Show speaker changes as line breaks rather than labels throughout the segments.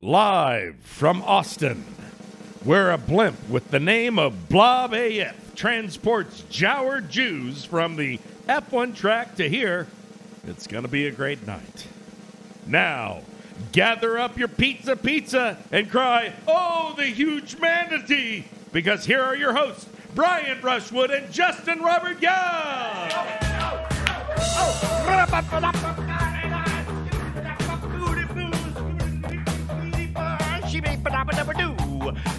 Live from Austin, where a blimp with the name of Blob AF transports Joward Jews from the F1 track to here, it's going to be a great night. Now, gather up your pizza pizza and cry, Oh, the huge manatee! Because here are your hosts, Brian Rushwood and Justin Robert Young!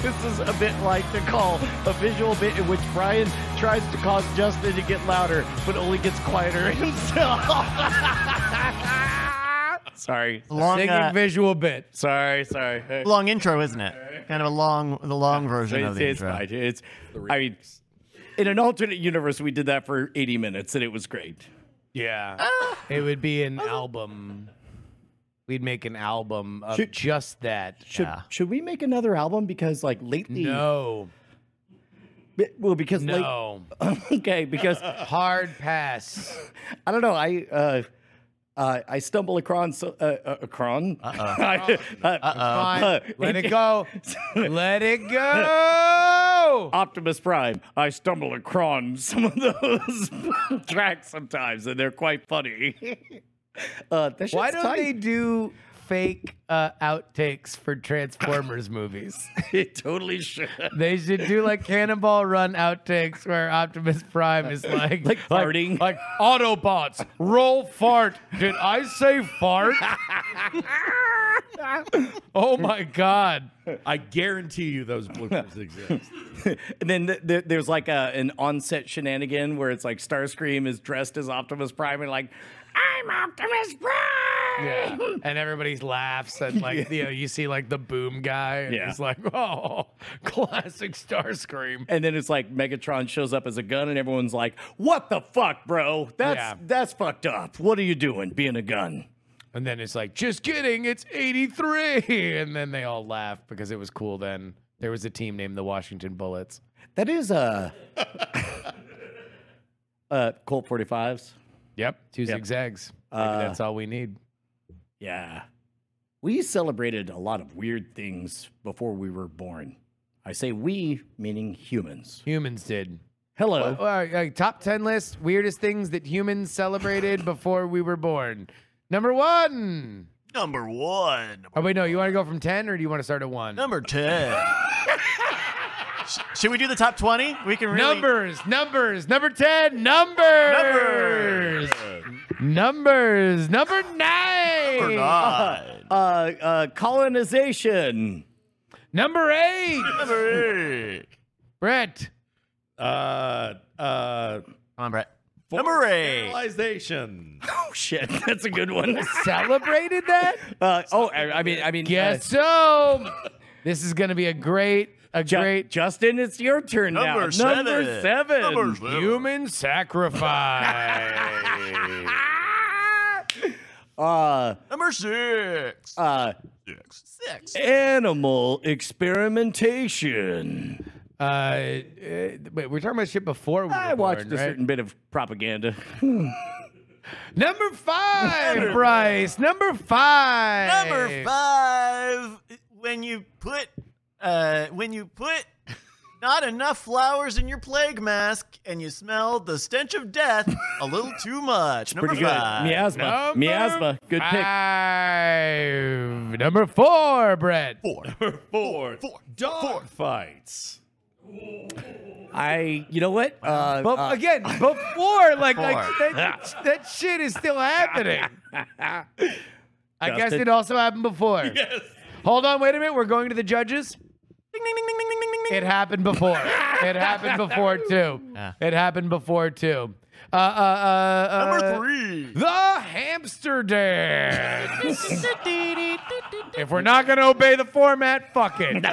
this is a bit like the call, a visual bit in which Brian tries to cause Justin to get louder, but only gets quieter himself. sorry,
long,
singing
uh,
visual bit.
sorry, sorry. Hey.
long intro, isn't it? Kind of a long, the long version
It's,
of the
it's
intro.
fine. It's, I mean, in an alternate universe, we did that for 80 minutes, and it was great.
Yeah.
It would be an album. We'd make an album of
Should-
just that.
Should
Yeah.
should we make another album? Because like lately,
No,
Be- well, because
no,
late, okay, because
hard pass.
I don't know, I uh, uh, I stumble across uh, uh, acron. I- uh,
Fine.
uh,
Let it go. Let it go.
Optimus Prime. I stumble across some of those tracks sometimes, and they're quite funny. Uh, that
Why
shit's
don't
tight.
they do fake uh, outtakes for Transformers movies?
It totally should.
They should do like Cannonball Run outtakes where Optimus Prime is like
Like farting.
like, Autobots roll fart. Did I say fart? oh my god!
I guarantee you those bloopers exist.
And then th- th- there's like a, an onset shenanigan where it's like Starscream is dressed as Optimus Prime and like, I'm Optimus Prime.
Yeah, and everybody laughs and like you know you see like the boom guy and
Yeah.
he's like oh classic Starscream.
And then it's like Megatron shows up as a gun, and everyone's like, "What the fuck, bro? That's
Yeah.
that's fucked up. What are you doing, being a gun?"
And then it's like, just kidding, it's 83. And then they all laugh because it was cool then. There was a team named the Washington Bullets.
That is uh, uh, Colt 45s.
Yep. Two
Yep.
zigzags. Maybe
Uh,
that's all we need.
Yeah. We celebrated a lot of weird things before we were born. I say we, meaning humans.
Humans did.
Hello.
Oh, All right, like, top 10 list weirdest things that humans celebrated before we were born. Number one.
Number one.
Oh, wait, no. You want to go from 10 or do you want to start at one?
Number ten. Sh- Should we do the top twenty? We can really.
Numbers, numbers, number 10, numbers. Numbers. Numbers, number nine.
Number nine.
uh, uh, colonization.
Number eight.
Number eight.
Brett.
Uh, uh,
Come on, Brett. Number eight.
Civilization.
Oh shit, that's a good one.
celebrated that?
Uh, oh, I, I mean, I mean,
Guess so. This is going to be a great, a
Ju-
great
Justin, it's your turn now.
Number
Number
seven.
seven.
Number seven.
human sacrifice.
uh,
Number six.
uh,
Six. Six.
animal experimentation.
uh, uh, wait, we're talking about shit before we were
I watched
born,
a
right?
certain bit of propaganda.
Number five, Bryce. Number five.
Number five, when you put uh, when you put not enough flowers in your plague mask and you smell the stench of death a little too much. Number
Pretty good.
five.
Miasma.
Number
Miasma. Good pick.
Five. Number four, Brett.
Number four.
Four.
Dog
Four.
fights.
I, you know what? Uh,
But
uh,
again, before, like, like
Before.
that, that shit is still happening. I guess
Justin?
it also happened before. Yes. Hold on, wait a minute. We're going to the judges.
Ding, ding, ding, ding, ding, ding, ding, ding.
It happened before. it happened before too.
Yeah.
It happened before too.
Uh, uh, uh, uh,
Number three.
The hamster dance. if we're not going to obey the format, fuck it.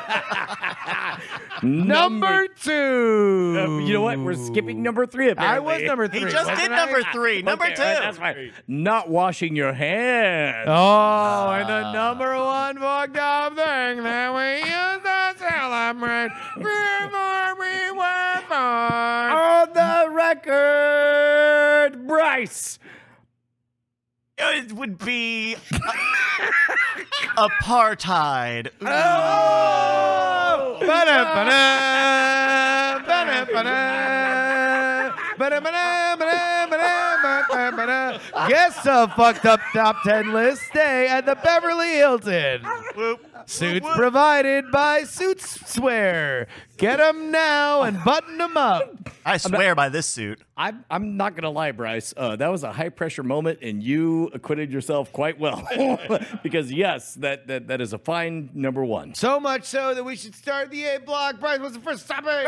number two.
Uh, You know what? We're skipping number three.
I
Apparently.
was number
He
three.
just
wasn't
did
I?
number three. Number
Okay,
two.
all right, that's fine. Not washing your hands.
Oh, and the number one fucked up thing that we used to celebrate before we were born.
On the record, Bryce.
It would be apartheid.
Ba-da-ba-da, ba-da-ba-da, ba-da-ba-da, ba-da-ba-da, ba-da-ba-da. Guests of fucked up top ten list stay at the Beverly Hilton.
Whoop.
Suits
Whoop, whoop.
provided by Suits Swear. Get 'em now and button 'em up.
I swear by this suit.
I'm, I'm not going to lie, Bryce. Uh, that was a high pressure moment, and you acquitted yourself quite well. because, yes, that, that, that is a fine number one.
So much so that we should start the A block. Bryce, what's the first topic?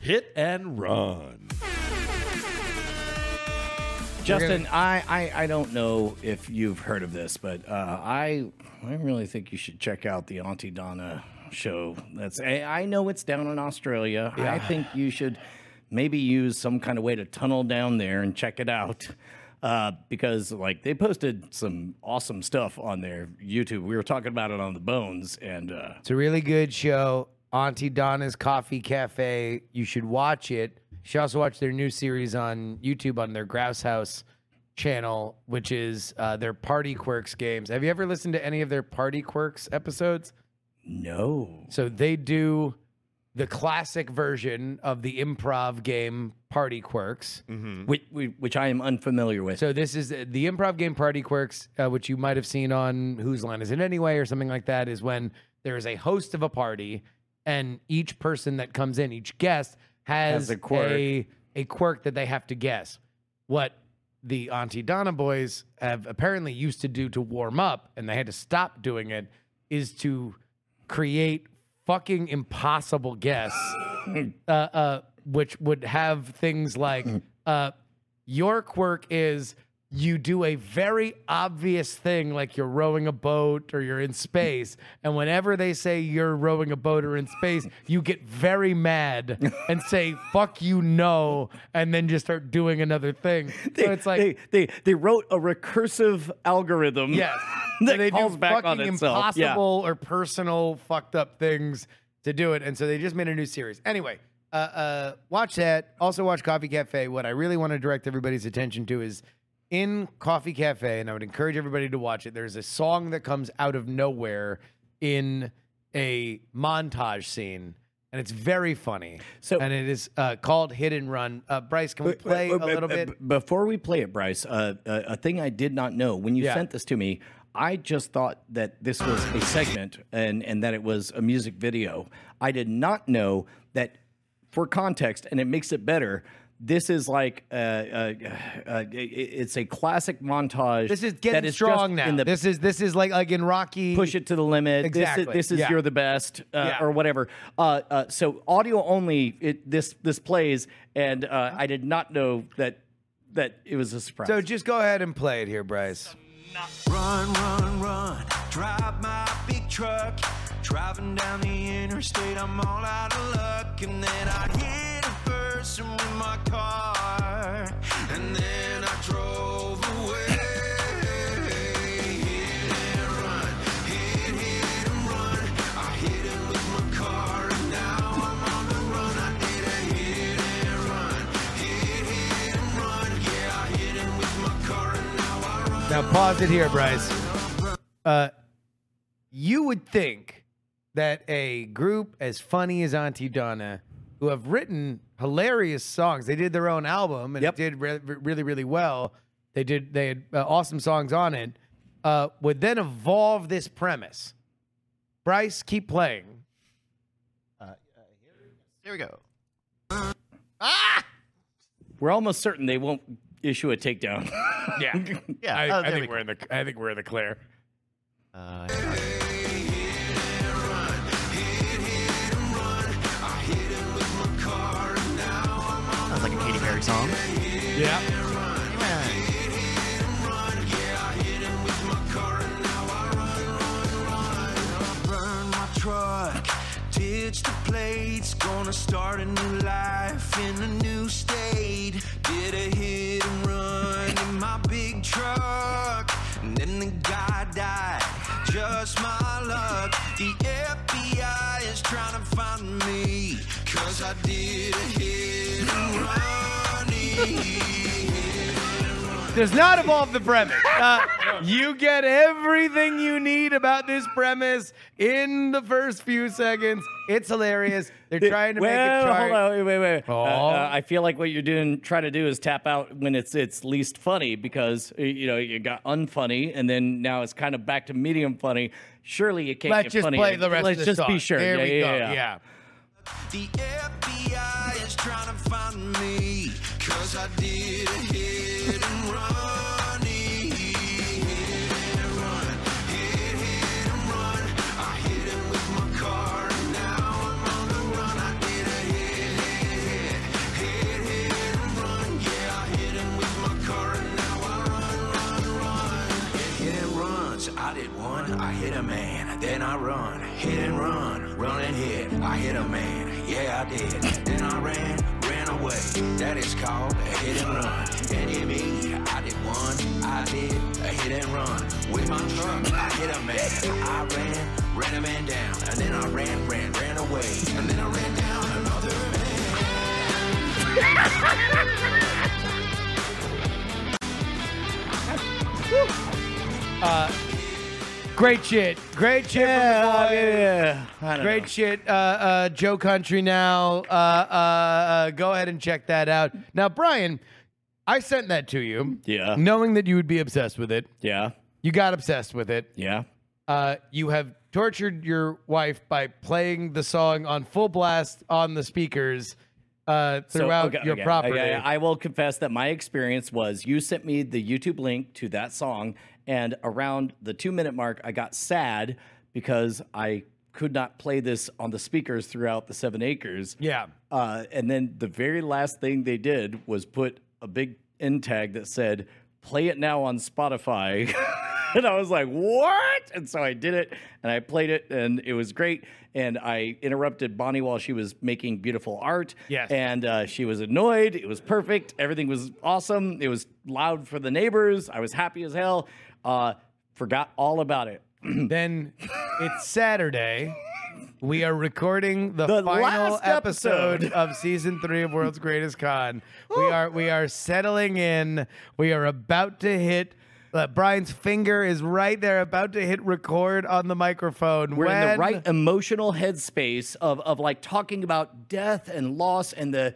Hit and run.
Justin, I, I, I don't know if you've heard of this, but uh, I I really think you should check out the Auntie Donna show. That's I, I know it's down in Australia. I think you should maybe use some kind of way to tunnel down there and check it out. Uh, because like they posted some awesome stuff on their YouTube. We were talking about it on the bones and uh,
It's a really good show. Auntie Donna's Coffee Cafe. You should watch it. You should also watch their new series on YouTube on their Grouse House channel, which is uh, their Party Quirks games. Have you ever listened to any of their Party Quirks episodes?
no.
So they do the classic version of the improv game Party Quirks.
Which, which I am unfamiliar with.
So this is uh, the improv game Party Quirks, uh, which you might have seen on Whose Line Is It Anyway or something like that, is when there is a host of a party and each person that comes in, each guest has,
Has a quirk.
A, a quirk that they have to guess. What the Auntie Donna boys have apparently used to do to warm up, and they had to stop doing it, is to create fucking impossible guests uh, uh, which would have things like
Mm.
uh, your quirk is you do a very obvious thing like you're rowing a boat or you're in space and whenever they say you're rowing a boat or in space you get very mad and say fuck you no and then just start doing another thing so it's like
they, they they wrote a recursive algorithm.
Yes.
that
So they
calls
do
back on
fucking
itself. Yeah.
impossible or personal fucked up things to do it. And so they just made a new series. Anyway, uh, uh, watch that. Also watch Coffee Cafe. What I really want to direct everybody's attention to is in Coffee Cafe, and I would encourage everybody to watch it. There's a song that comes out of nowhere in a montage scene. And it's very funny.
So-
and it is uh, called Hit and Run. Uh, Bryce, can we
Wait,
play a
wait, wait,
little
uh,
bit?
b- Before we play it, Bryce, uh, a, a thing I did not know when you
Yeah.
sent this to me, I just thought that this was a segment and, and that it was a music video. I did not know that for context, and it makes it better. This is like uh, uh, uh, i- i- it's a classic montage.
This is
that
getting
just
strong now.
In the
this is this is like like in Rocky.
push it to the limit. This is-
Exactly.
This is,
Yeah.
you're the best, uh,
Yeah.
or whatever. Uh, uh, so audio only. It, this this plays, and uh, I did not know that that it was a surprise.
Uh-huh. So just go ahead and play it here, Bryce.
Run, run, run. Drive my big truck. Driving down the interstate, I'm all out of luck. And then I hit a person with my car. And then I drove away. Hit and run, hit, hit and run. I hit him with my car, and now I'm on the run. I did a hit and run, hit, hit and run. Yeah, I hit him with my car, and now I run.
Now pause it here, Bryce. Uh, you would think that a group as funny as Auntie Donna, who have written hilarious songs, they did their own album and
Yep.
it did re- re- really really well. They did they had uh, awesome songs on it. Uh, would then evolve this premise. Bryce, keep playing.
Here we go.
we're almost certain they won't issue a takedown.
Yeah.
Yeah.
I,
oh,
I
there we
think
go.
we're in the I think we're in the clear.
Uh,
hit, hit and run. I hit him with my car, and now I'm
Pittsburgh song.
Yeah.
burn my truck, ditch the plates, gonna start a new life in a new state. Did a hit and run in my big truck, and then the guy died. Just my luck, the FBI is trying to find me, cause I did a hit and run.
does not involve the premise. Uh, you get everything you need about this premise in the first few seconds. It's hilarious. They're trying to
well,
make a chart.
Hold on, wait, wait, wait. Uh,
Oh.
uh, I feel like what you're doing, try to do is tap out when it's it's least funny because uh, you know you got unfunny, and then now it's kind of back to medium funny. Surely you can't
Let's
get
just
funny.
play the rest
Let's
of the
just be
song.
sure.
There
yeah,
we
yeah,
go.
yeah.
The FBI is trying to find me Cause I did a hit and run Hit and run, hit, hit and run I hit him with my car and now I'm on the run I did a hit, hit, hit, hit, hit and run Yeah, I hit him with my car and now I run, run, run Hit and runs, I did one, I hit a man, then I run. Hit and run, run and hit, I hit a man, yeah I did. Then I ran, ran away, that is called a hit and run. And you mean, I did one, I did a hit and run. With my truck, I hit a man, I ran, ran a man down, and then I ran, ran, ran away, and then I ran down another man.
Great shit. Great shit from the vlog.
yeah. I don't
Great
know.
shit, uh, uh, Joe Country. Now, uh, uh, uh, go ahead and check that out. Now, Brian, I sent that to you,
Yeah.
knowing that you would be obsessed with it.
Yeah.
You got obsessed with it.
Yeah.
uh, you have tortured your wife by playing the song on full blast on the speakers uh,
So,
throughout
okay,
your
okay,
property.
okay, I will confess that my experience was you sent me the YouTube link to that song, and around the two minute mark, I got sad because I could not play this on the speakers throughout the seven acres.
yeah.
Uh, and then the very last thing they did was put a big end tag that said, play it now on Spotify. and I was like, what? And so I did it and I played it and it was great. And I interrupted Bonnie while she was making beautiful art.
Yes.
And uh, she was annoyed. It was perfect. Everything was awesome. It was loud for the neighbors. I was happy as hell. Uh, forgot all about it.
Then it's Saturday. We are recording the,
The
final
last
episode.
episode.
of season three of World's Greatest Con. We are we are settling in. We are about to hit. Uh, Brian's finger is right there, about to hit record on the microphone.
We're in
When-
the right emotional headspace of of like talking about death and loss and the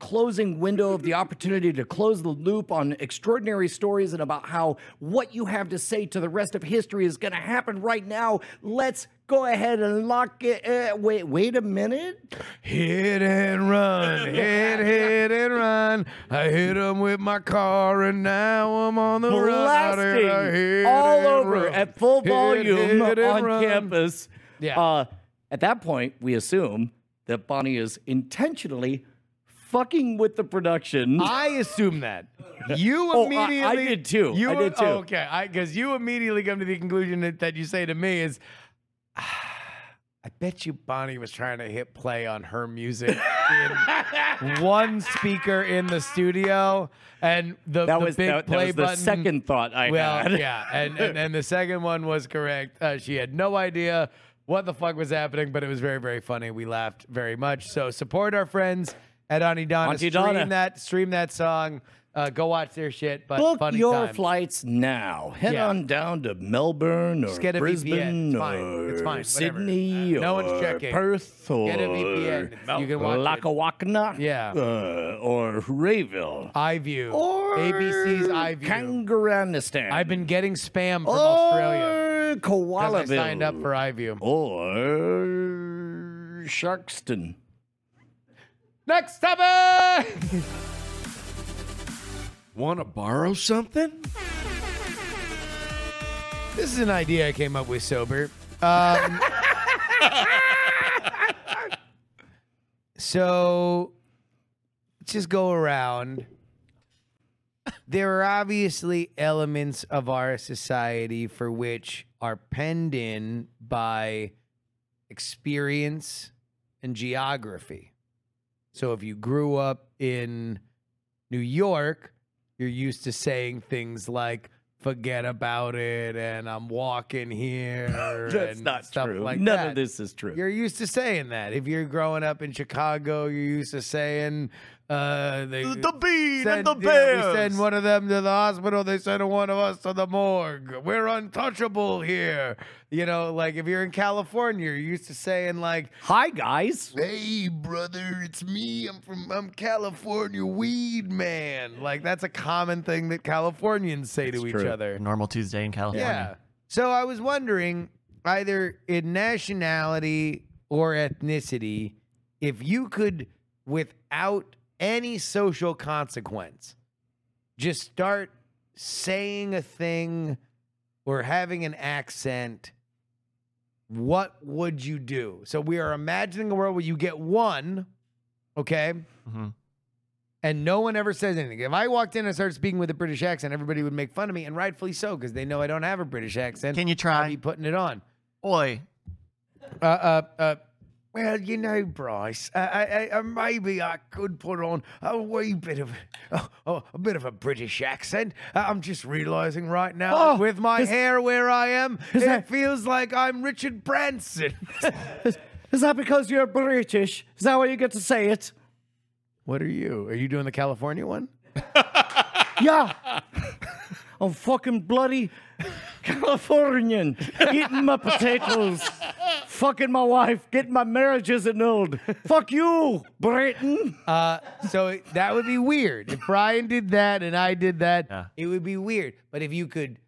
closing window of the opportunity to close the loop on extraordinary stories and about how what you have to say to the rest of history is going to happen right now. Let's go ahead and lock it. Uh, wait, wait a minute.
Hit and run, hit, hit and run. I hit him with my car, and now I'm on the run.
blasting
I hit
all
and
over
run.
at full
Hit,
volume
hit and
on
run.
campus.
Yeah.
Uh, at that point, we assume that Bonnie is intentionally fucking with the production.
I assume that you
Oh, I- I
immediately.
did too.
You
I did too.
oh, okay, because you immediately come to the conclusion that, that you say to me is, "Ah, I bet you Bonnie was trying to hit play on her music in one speaker in the studio, and the,
that
the
was
big
that, that
play
was the
button.
second thought I
Well,
had.
yeah, and, and and the second one was correct. Uh, she had no idea what the fuck was happening, but it was very very funny. We laughed very much. So support our friends at Ani Donna.
Auntie
stream
Donna.
that stream that song. Uh, go watch their shit. But
Book
funny
your
time.
flights now. Head
Yeah.
on down to Melbourne or
Just get a VPN.
Brisbane
It's fine.
or
It's fine. Whatever.
Sydney
Uh, no
or
one's checking.
Perth or
Get a VPN. You can watch it.
Lackawanna
Yeah.
uh, or Rayville
iView.
or
ABC's iView.
Kangaroonistan.
I've been getting spam from
or
Australia. 'cause
Koalaville.
I signed up for iView.
or Sharkston.
Next topic.
Want to borrow something?
This is an idea I came up with sober. Um, so, just go around. There are obviously elements of our society for which are penned in by experience and geography. So if you grew up in New York, you're used to saying things like "forget about it" and "I'm walking here."
That's
and
not
stuff
true.
Like
None
that.
of this is true.
You're used to saying that. If you're growing up in Chicago, you're used to saying uh, they
The bean
send,
and the
you know,
bears.
we send one of them to the hospital. They send one of us to the morgue. We're untouchable here. You know, like if you're in California, you're used to saying like,
Hi guys.
"Hey, brother, it's me. I'm from I'm California weed man." Like that's a common thing that Californians say to each
true.
other.
Normal Tuesday in California.
Yeah. So I was wondering, either in nationality or ethnicity, if you could, without any social consequence, just start saying a thing or having an accent, what would you do? So we are imagining a world where you get one, okay?
Mhm.
And no one ever says anything. If I walked in and started speaking with a British accent, everybody would make fun of me, and rightfully so, because they know I don't have a British accent.
Can you
I'd be
try?
putting it on.
Oi.
Uh, uh, uh, well, you know, Bryce, uh, I, I, uh, maybe I could put on a wee bit of oh, oh, a bit of a British accent. Uh, I'm just realizing right now,
Oh,
with my
is-
hair where I am, it
is that-
feels like I'm Richard Branson.
Is, is that because you're British? Is that why you get to say it?
what are you? Are you doing the California one?
Yeah. I'm fucking bloody Californian eating my potatoes, fucking my wife, getting my marriages annulled. Fuck you, Britain.
Uh, so it- that would be weird. If Brian did that and I did that,
Yeah.
it would be weird. But if you could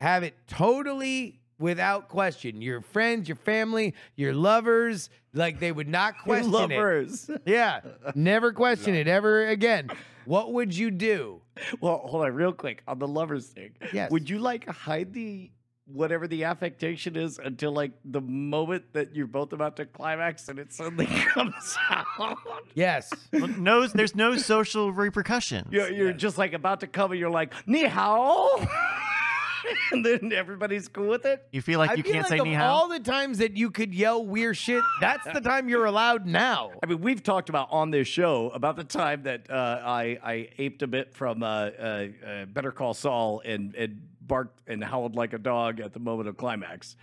have it totally without question, your friends, your family, your lovers, like they would not question it. Yeah, never question it ever again. What would you do?
Well, hold on, real quick on the lovers thing.
Yes.
Would you like hide the whatever the affectation is until like the moment that you're both about to climax and it suddenly comes out?
Yes.
Well, No, there's no social repercussions.
You're, you're just like about to come and you're like, ni hao. and then everybody's cool with it.
You feel like
I
you
feel
can't
like
say
of
ni
all
hao?
the times that you could yell weird shit, that's the time you're allowed now.
I mean, we've talked about on this show about the time that uh, I I aped a bit from uh, uh, uh, Better Call Saul and and barked and howled like a dog at the moment of climax.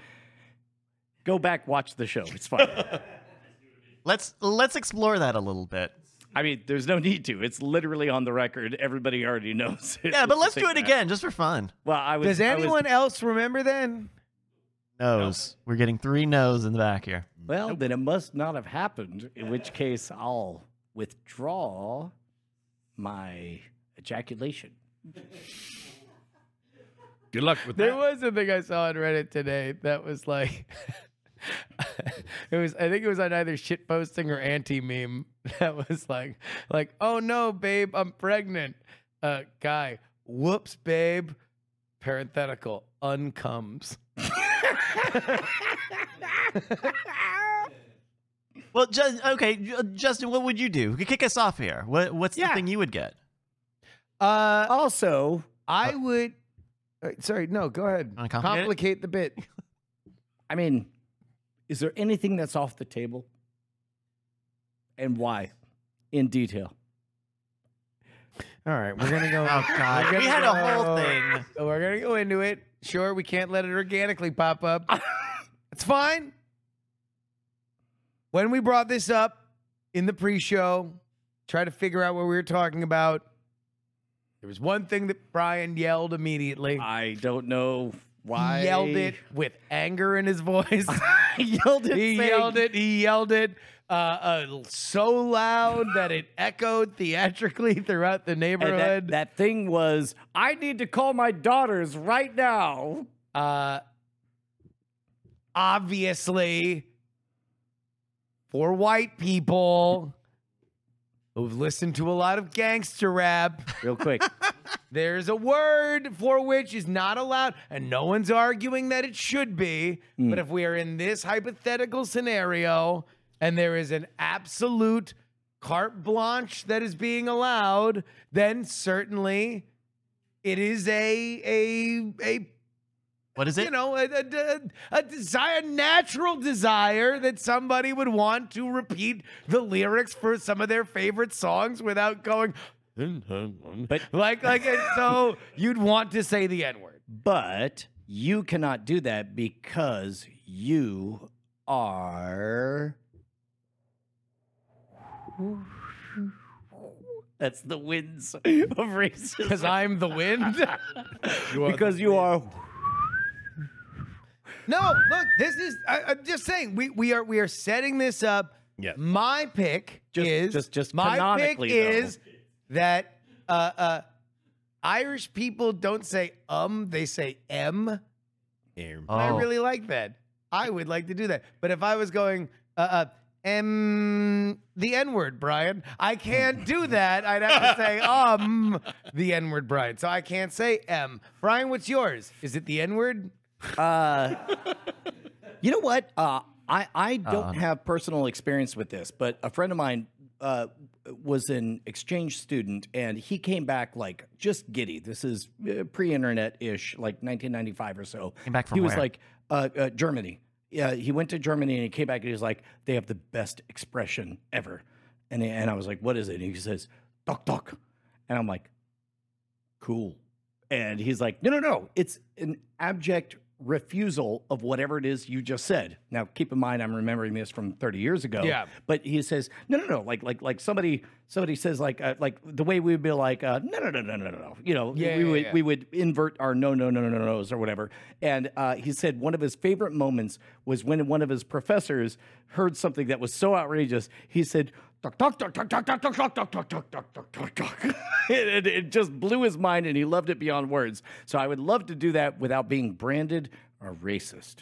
Go back, watch the show. It's fine.
Let's let's explore that a little bit.
I mean, there's no need to. It's literally on the record. Everybody already knows. It.
Yeah, but let's
Take
do it
that.
again just for fun.
Well, I was.
Does
I was-
anyone else remember then?
No's. We're getting three no's in the back here.
well, then it must not have happened. In which case, I'll withdraw my ejaculation.
Good luck with
There
that.
was a thing I saw on Reddit today that was like, it was I think it was on either shit posting or anti meme that was like, like oh no babe I'm pregnant, uh guy whoops babe, parenthetical uncomes.
Well, just, okay, Ju- Justin, what would you do? Kick us off here. What what's the thing you would get?
Uh,
Also,
I would. uh, Sorry, no, go ahead.
Wanna complicate it?
Complicate the bit.
I mean, is there anything that's off the table? And why? In detail.
All right, we're gonna go.
Oh God,
We're
we
gonna
had a whole
go-
thing.
We're gonna go into it. Sure, we can't let it organically pop up. it's fine. When we brought this up in the pre-show, try to figure out what we were talking about. There was one thing that Brian yelled immediately.
I don't know why.
He yelled it with anger in his voice.
He yelled it.
he
saying-
yelled it. He yelled it uh, uh, so loud that it echoed theatrically throughout the
And
neighborhood.
that, that thing was, I need to call my daughters right now.
Uh, obviously, for white people who've listened to a lot of gangster rap,
Real quick.
there's a word for which is not allowed, and no one's arguing that it should be. But if we are in this hypothetical scenario and there is an absolute carte blanche that is being allowed, then certainly it is a a a
What is it?
you know a, a, a desire, natural desire that somebody would want to repeat the lyrics for some of their favorite songs without going. But like like and so you'd want to say the n word.
But you cannot do that because you are. That's the winds of racism.
Because I'm the wind.
Because you are.
No, look, this is. I, I'm just saying. We we are we are setting this up.
Yes.
My pick
Just-
is
just- just
my pick
canonically, though.
is that uh, uh, Irish people don't say um, they say m. I really like that. I would like to do that. But if I was going uh, uh M the N word, Brian, I can't do that. I'd have to say um the N word, Brian. So I can't say M. Brian, what's yours? Is it the N word?
You know what? Uh, I I don't have personal experience with this, but a friend of mine uh, was an exchange student, and he came back like just giddy. This is uh, pre-internet ish, like 1995 or so. Came
back from
He was
where?
like uh, uh, Germany. Yeah, he went to Germany and he came back and he was like, "They have the best expression ever," and and I was like, "What is it?" And he says, "Doc, doc," and I'm like, cool. And he's like, no, no, no. It's an abject refusal of whatever it is you just said. Now, keep in mind, I'm remembering this from 30 years ago.
Yeah.
But he says, no, no, no. Like, like, like somebody, somebody says, like, uh, like the way we would be like, uh, no, no, no, no, no, no, no. You know,
Yeah,
we
yeah,
would,
yeah.
we would invert our no, no, no, no, no, no's or whatever. And uh, he said one of his favorite moments was when one of his professors heard something that was so outrageous. He said, "Tuck, tuck, tuck, tuck, tuck, tuck, tuck, tuck, tuck, tuck, tuck, tuck, tuck, tuck, tuck." It it- it just blew his mind, and he loved it beyond words. So I would love to do that without being branded a racist.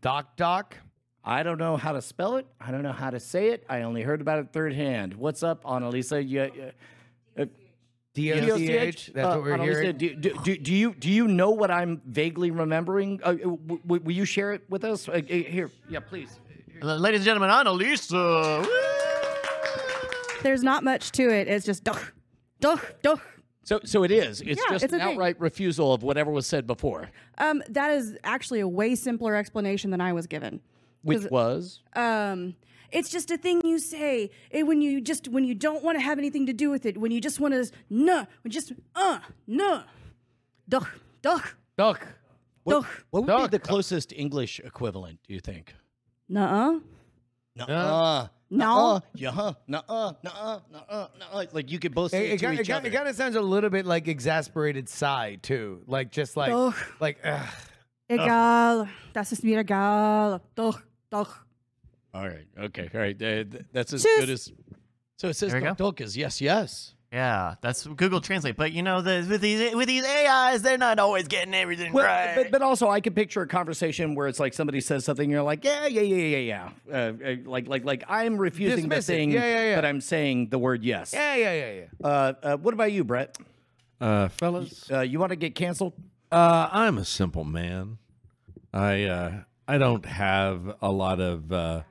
Doc Doc.
I don't know how to spell it. I don't know how to say it. I only heard about it third hand. What's up, Annalisa? You, you,
D-O-C-H. That's
uh,
what we're
Annalisa,
hearing.
Do, do, do, do you do you know what I'm vaguely remembering? Uh, w- w- will you share it with us? Uh, uh, here, yeah, please.
L- Ladies and gentlemen, Annalisa. Woo!
There's not much to it. It's just duh, duh, duh.
So, so it is. It's
Yeah,
just
it's
an
a thing.
outright refusal of whatever was said before,
Um, that is actually a way simpler explanation than I was given.
which was
Um, it's just a thing you say eh, when you just when you don't want to have anything to do with it. When you just want to no, when just uh no, duh, duh,
Doc.
duh,
what would
Duck.
be the closest English equivalent? Do you think?
nuh-uh.
Nuh-uh.
No.
Nuh-uh. Yeah. Nuh-uh. Nuh-uh. Nuh-uh. Nuh-uh. Like you could both say it,
It,
to each other.
kind of sounds a little bit like exasperated sigh too, like just like
Doc.
like. Ugh.
Egal, das ist mir egal. Duh, duh.
All right. Okay. All right. Uh, th- that's as
Tschüss.
good as. So it says
There we go.
Dunk is yes, yes.
Yeah, that's Google Translate. But you know, the, with these with these AIs, they're not always getting everything
Well,
right.
but, but also, I could picture a conversation where it's like somebody says something, and you're like, yeah, yeah, yeah, yeah, yeah. Uh, uh, like, like, like, I'm refusing the
Dismiss it.
thing,
Yeah, yeah, yeah.
but I'm saying the word yes.
Yeah, yeah, yeah, yeah.
Uh, uh, what about you, Brett?
Uh, fellas,
Uh, you want to get canceled?
uh, I'm a simple man. I uh, I don't have a lot of uh,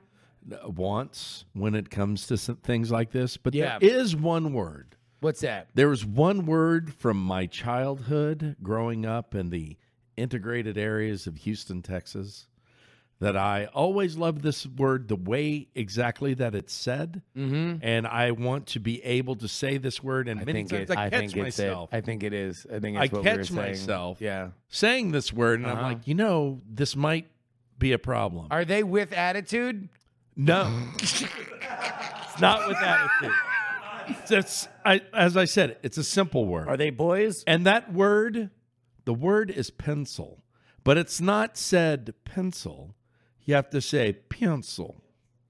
wants when it comes to some things like this, but
Yeah.
there is one word
What's that?
There was one word from my childhood growing up in the integrated areas of Houston, Texas, that I always loved this word the way exactly that it's said. Mm-hmm. And I want to be able to say this word. And many times I, catch myself
I think it is. I think
I
it's what we were
catch
saying.
myself.
Yeah.
saying this word. And I'm like, you know, this might be a problem.
Are they with attitude?
No. it's not with attitude. It's, it's- I, as I said, it's a simple word.
Are they boys?
And that word, the word is pencil, but it's not said pencil. You have to say pencil.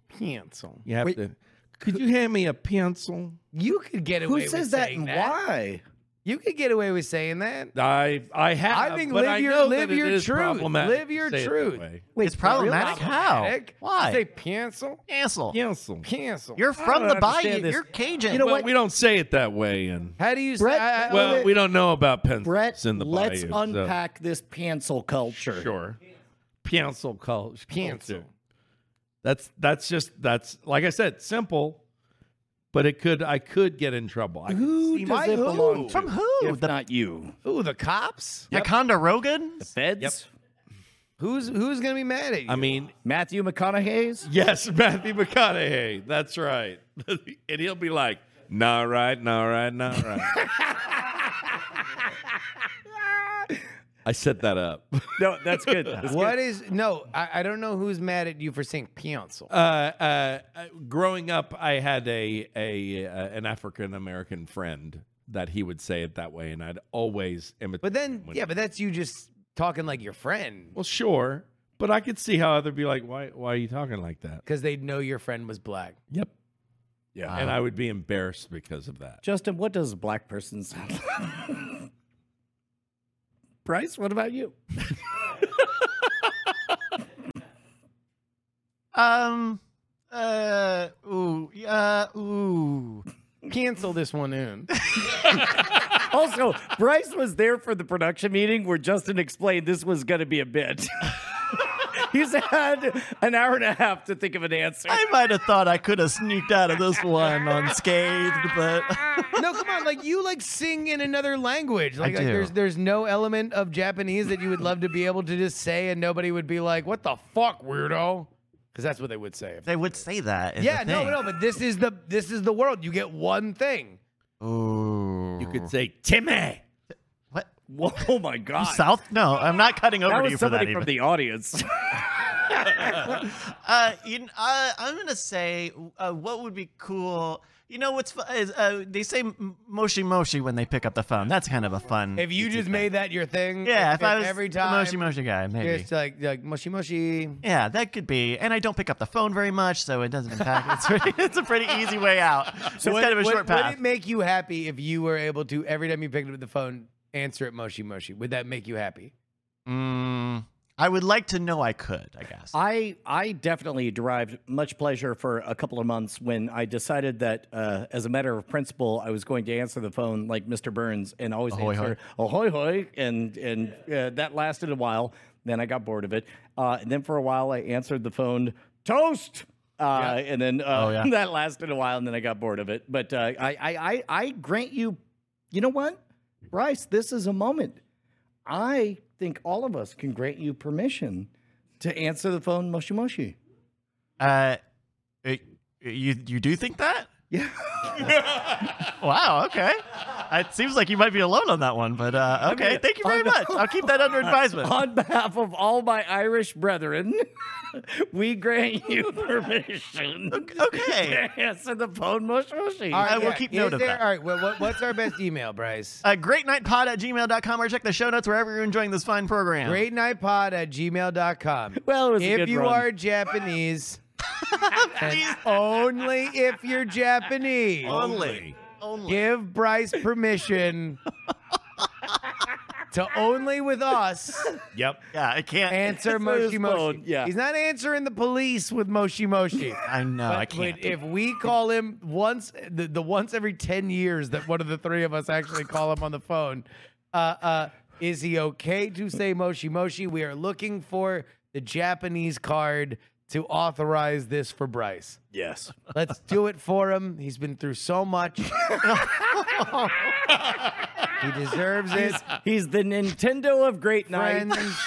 Cancel.
You have to. Could you hand me a pencil?
You could get away.
Who
with
says that
saying
and why?
You could get away with saying that.
I I have.
I think
but
live
I
your-
know
live
that it
your
is
truth.
problematic
Live
to
your
say it that
truth.
way.
it's problematic. How?
Heck,
Why?
Say cancel.
Cancel.
Pencil.
Cancel.
You're from
don't
the bayou.
understand this.
You're Cajun.
You know
Well,
what?
we don't say it that way, and
How do you
Brett,
say? I, I,
well, we don't know about pencils
Brett,
in the
let's
bayou, so-
unpack this pencil culture.
Sure. Pencil culture.
Pencil.
That's that's just that's like I said, simple. but it could I could get in trouble. I could see my-
it belong to?
From who?
If
The-
not you.
Ooh, the cops?
Makonda Rogan?
Feds?
Who's who's gonna be mad at you?
I mean,
Matthew McConaughey's?
yes, Matthew McConaughey. That's right. and he'll be like, nah, right, nah, right, nah, right. I set that up.
No, that's good. That's good.
what is no? I, I don't know who's mad at you for saying pencil.
uh, uh, growing up, I had a a uh, an African American friend that he would say it that way, and I'd always imitate.
but
him
then,
when-
yeah, but that's you just talking like your friend
well, sure, but I could see how other be like, why why are you talking like that?
because they know your friend was black.
Yep. Yeah, and I would be embarrassed because of that.
Justin, what does a black person sound like? Bryce, what about you?
Um. Uh. Ooh. Uh. Ooh.
Cancel this one in.
Also, Bryce was there for the production meeting where Justin explained this was going to be a bit. He's had an hour and a half to think of an answer.
I might have thought I could have sneaked out of this one unscathed, but
no, come on, like you like sing in another language. Like, like
do.
there's there's no element of Japanese that you would love to be able to just say, and nobody would be like, "What the fuck, weirdo?" Because that's what they would say. if-
they would say that. is the
yeah, no,
thing.
no, but this is the this is the world. You get one thing.
You could say Timmy.
What?
Whoa, oh my God.
South? No, I'm not cutting over to
that was
you for that.
somebody
Even.
from the audience.
uh, you, kn- uh, I'm gonna say uh, what would be cool. You know what's fu- is uh, they say m- moshi moshi when they pick up the phone. That's kind of a fun.
If you just made that your thing,
yeah, if I was
every
the
time
moshi moshi guy, maybe.
Just like like mushy mushy.
Yeah, that could be. And I don't pick up the phone very much, so it doesn't impact. It's, pretty, it's a pretty easy way out. it's kind of a
would,
short
would
path.
it make you happy if you were able to every time you picked up the phone answer it mushy mushy? Would that make you happy?
Mm, I would like to know I could. I guess.
I I definitely derived much pleasure for a couple of months when I decided that, uh, as a matter of principle, I was going to answer the phone like Mr. Burns and always
Ahoy,
answer ahoy hoy, and and uh, that lasted a while. Then I got bored of it, uh, and then for a while I answered the phone toast. Uh, And then uh,
yeah.
that lasted a while, and then I got bored of it. But uh, I, I, I, I grant you, you know what, Bryce, this is a moment. I think all of us can grant you permission to answer the phone moshi moshi.
Uh, it- you you do think that?
Yeah.
Wow. Okay. It seems like you might be alone on that one, but uh, okay.
mean,
Thank you very
on the-
much. I'll keep that under advisement.
On behalf of all my Irish brethren, we grant you permission
Okay.
to answer the phone moshi moshi.
All right,
I will keep note
Is
of
there-
that.
All right, well, what, what's our best email, Bryce?
Uh, greatnightpod at gmail.com or check the show notes wherever you're enjoying this fine program.
Greatnightpod at gmail.com.
Well, it was a
if
good
you
run.
are Japanese, and only if you're Japanese,
Only. Only.
give Bryce permission to only with us
Yep.
Yeah, I can't.
answer
his
Moshi Moshi.
phone, yeah.
He's not answering the police with Moshi Moshi.
I know. I can't.
But if we call him once, the, the once every 10 years that one of the three of us actually call him on the phone, uh, uh, is he okay to say Moshi Moshi? We are looking for the Japanese card to authorize this for Bryce.
yes.
Let's do it for him. He's been through so much. he deserves it.
He's the Nintendo of Great Night.
Friends,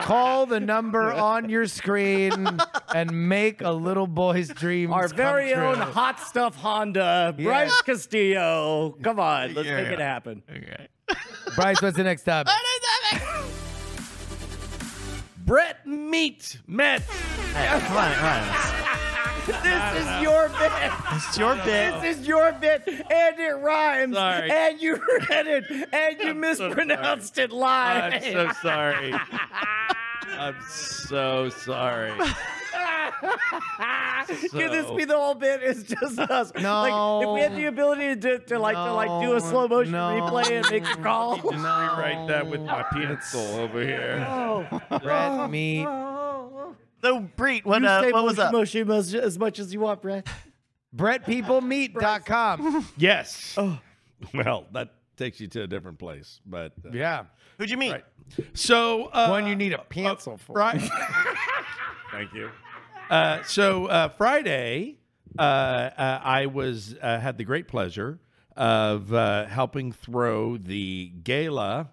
call the number on your screen and make a little boy's dream
Our very
come
own
true.
hot stuff Honda, Bryce Castillo. Come on, let's make it happen.
Bryce, what's the next topic?
Brett Meat Met.
Hey, come on, come on.
This is your bit.
It's your bit.
This is your bit, and it rhymes,
Sorry.
and you read it, and you mispronounced it live.
I'm so sorry. I'm so sorry.
Could this
So-
be the whole bit? It's just us. Like, if we had the
No.
ability to do, to like to like do a
No.
slow motion
No.
replay and make a call.
Just rewrite that with my pencil over here.
Brett, meat.
So, Breet, what,
You
uh,
say
what was
moshi
up?
moshi as, as much as you want, Brett.
BrettPeopleMeat.com.
Yes. Well, that takes you to a different place, but uh,
Yeah.
Who'd you meet?
so uh,
One you need a pencil for.
Fri- Thank you. Uh, so uh, Friday, uh, uh, I was uh, had the great pleasure of uh, helping throw the gala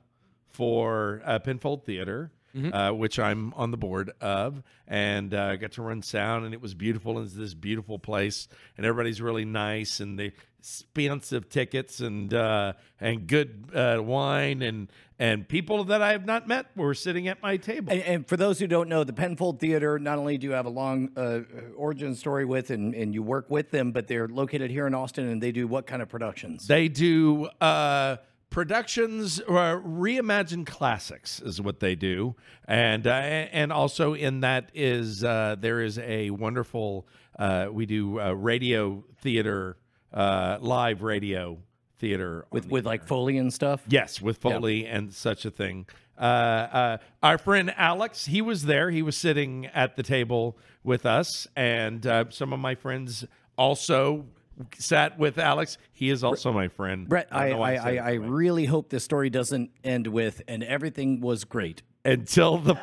for uh, Pinfold Theater, uh, which I'm on the board of, and uh, got to run sound, and it was beautiful. And it's this beautiful place, and everybody's really nice, and they expensive tickets and uh, and good uh, wine and and people that I have not met were sitting at my table.
And, and for those who don't know, the Penfold Theater, not only do you have a long uh, origin story with and, and you work with them, but they're located here in Austin and they do what kind of productions?
They do uh, productions, uh, reimagined classics is what they do, and uh, and also in that is uh, there is a wonderful uh, we do uh, radio theater, uh, live radio theater
With, with like Foley and stuff?
Yes, with Foley and such a thing. Uh, uh, our friend Alex, he was there. He was sitting at the table with us, and uh, some of my friends also sat with Alex. He is also my friend.
Brett, I,
don't know why
I,
said
I,
it
I really hope this story doesn't end with, and everything was great.
until the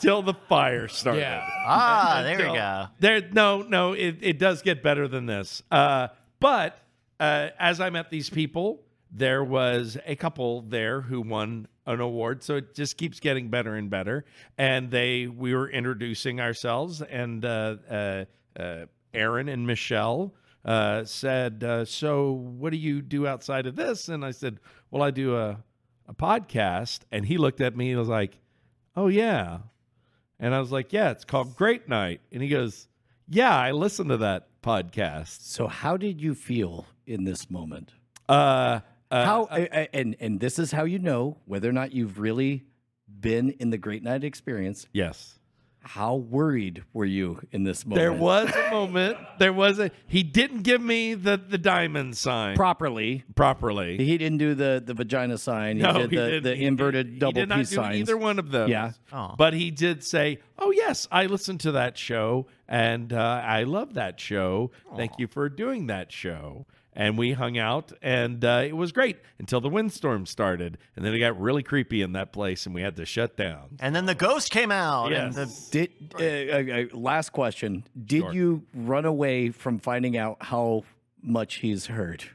till the fire started.
Ah, there we go.
There, no, no, it, it does get better than this. Uh, but uh, as I met these people, there was a couple there who won an award, so it just keeps getting better and better. And they, we were introducing ourselves, and uh, uh, uh, Aaron and Michelle uh, said, uh, "So, what do you do outside of this?" And I said, "Well, I do a a podcast." And he looked at me and was like, "Oh yeah." And I was like, yeah, it's called Great Night. And he goes, yeah, I listened to that podcast.
So, how did you feel in this moment?
Uh, uh,
how I- I- and and this is how you know whether or not you've really been in the great night experience.
yes.
How worried were you in this moment?
There was a moment. There was a. He didn't give me the the diamond sign
properly.
properly.
He didn't do the the vagina sign. He
no,
did
he
the,
didn't.
the
He
inverted
did,
double
He did not
peace
do
signs.
either one of those.
Yeah.
Oh.
But he did say, "Oh yes, I listened to that show, and uh, I love that show. Thank you for doing that show." And we hung out, and uh, it was great until the windstorm started, and then it got really creepy in that place, and we had to shut down.
And then the ghost came out. And the,
Yes.
Did uh, uh, uh, last question? Did you run away from finding out how much he's hurt?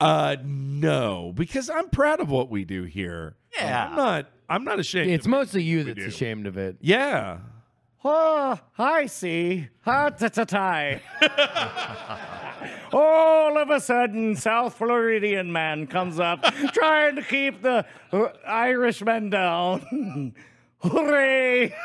Uh, no, because I'm proud of what we do here.
Yeah.
I'm not. I'm not ashamed.
It's
of it.
mostly you that's ashamed of it.
yeah.
Oh, I see. Ha ta ta tie. All of a sudden, South Floridian man comes up trying to keep the uh, Irishman down. Hooray!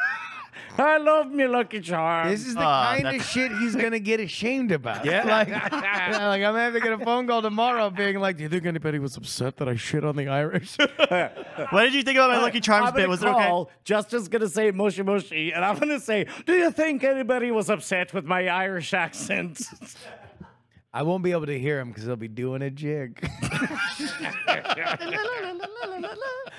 I love me Lucky Charm.
This is the
Aw,
kind of
that's-
shit he's gonna get ashamed about.
Ah, Yeah.
like, yeah, like I'm gonna get a phone call tomorrow, being like, "Do you think anybody was upset that I shit on the Irish?"
what did you think about my Lucky Charms
I'm gonna
bit? Was it okay?
call, Justin's gonna say mushy mushy, and I'm gonna say, Do you think anybody was upset with my Irish accent?
I won't be able to hear him because he'll be doing a jig.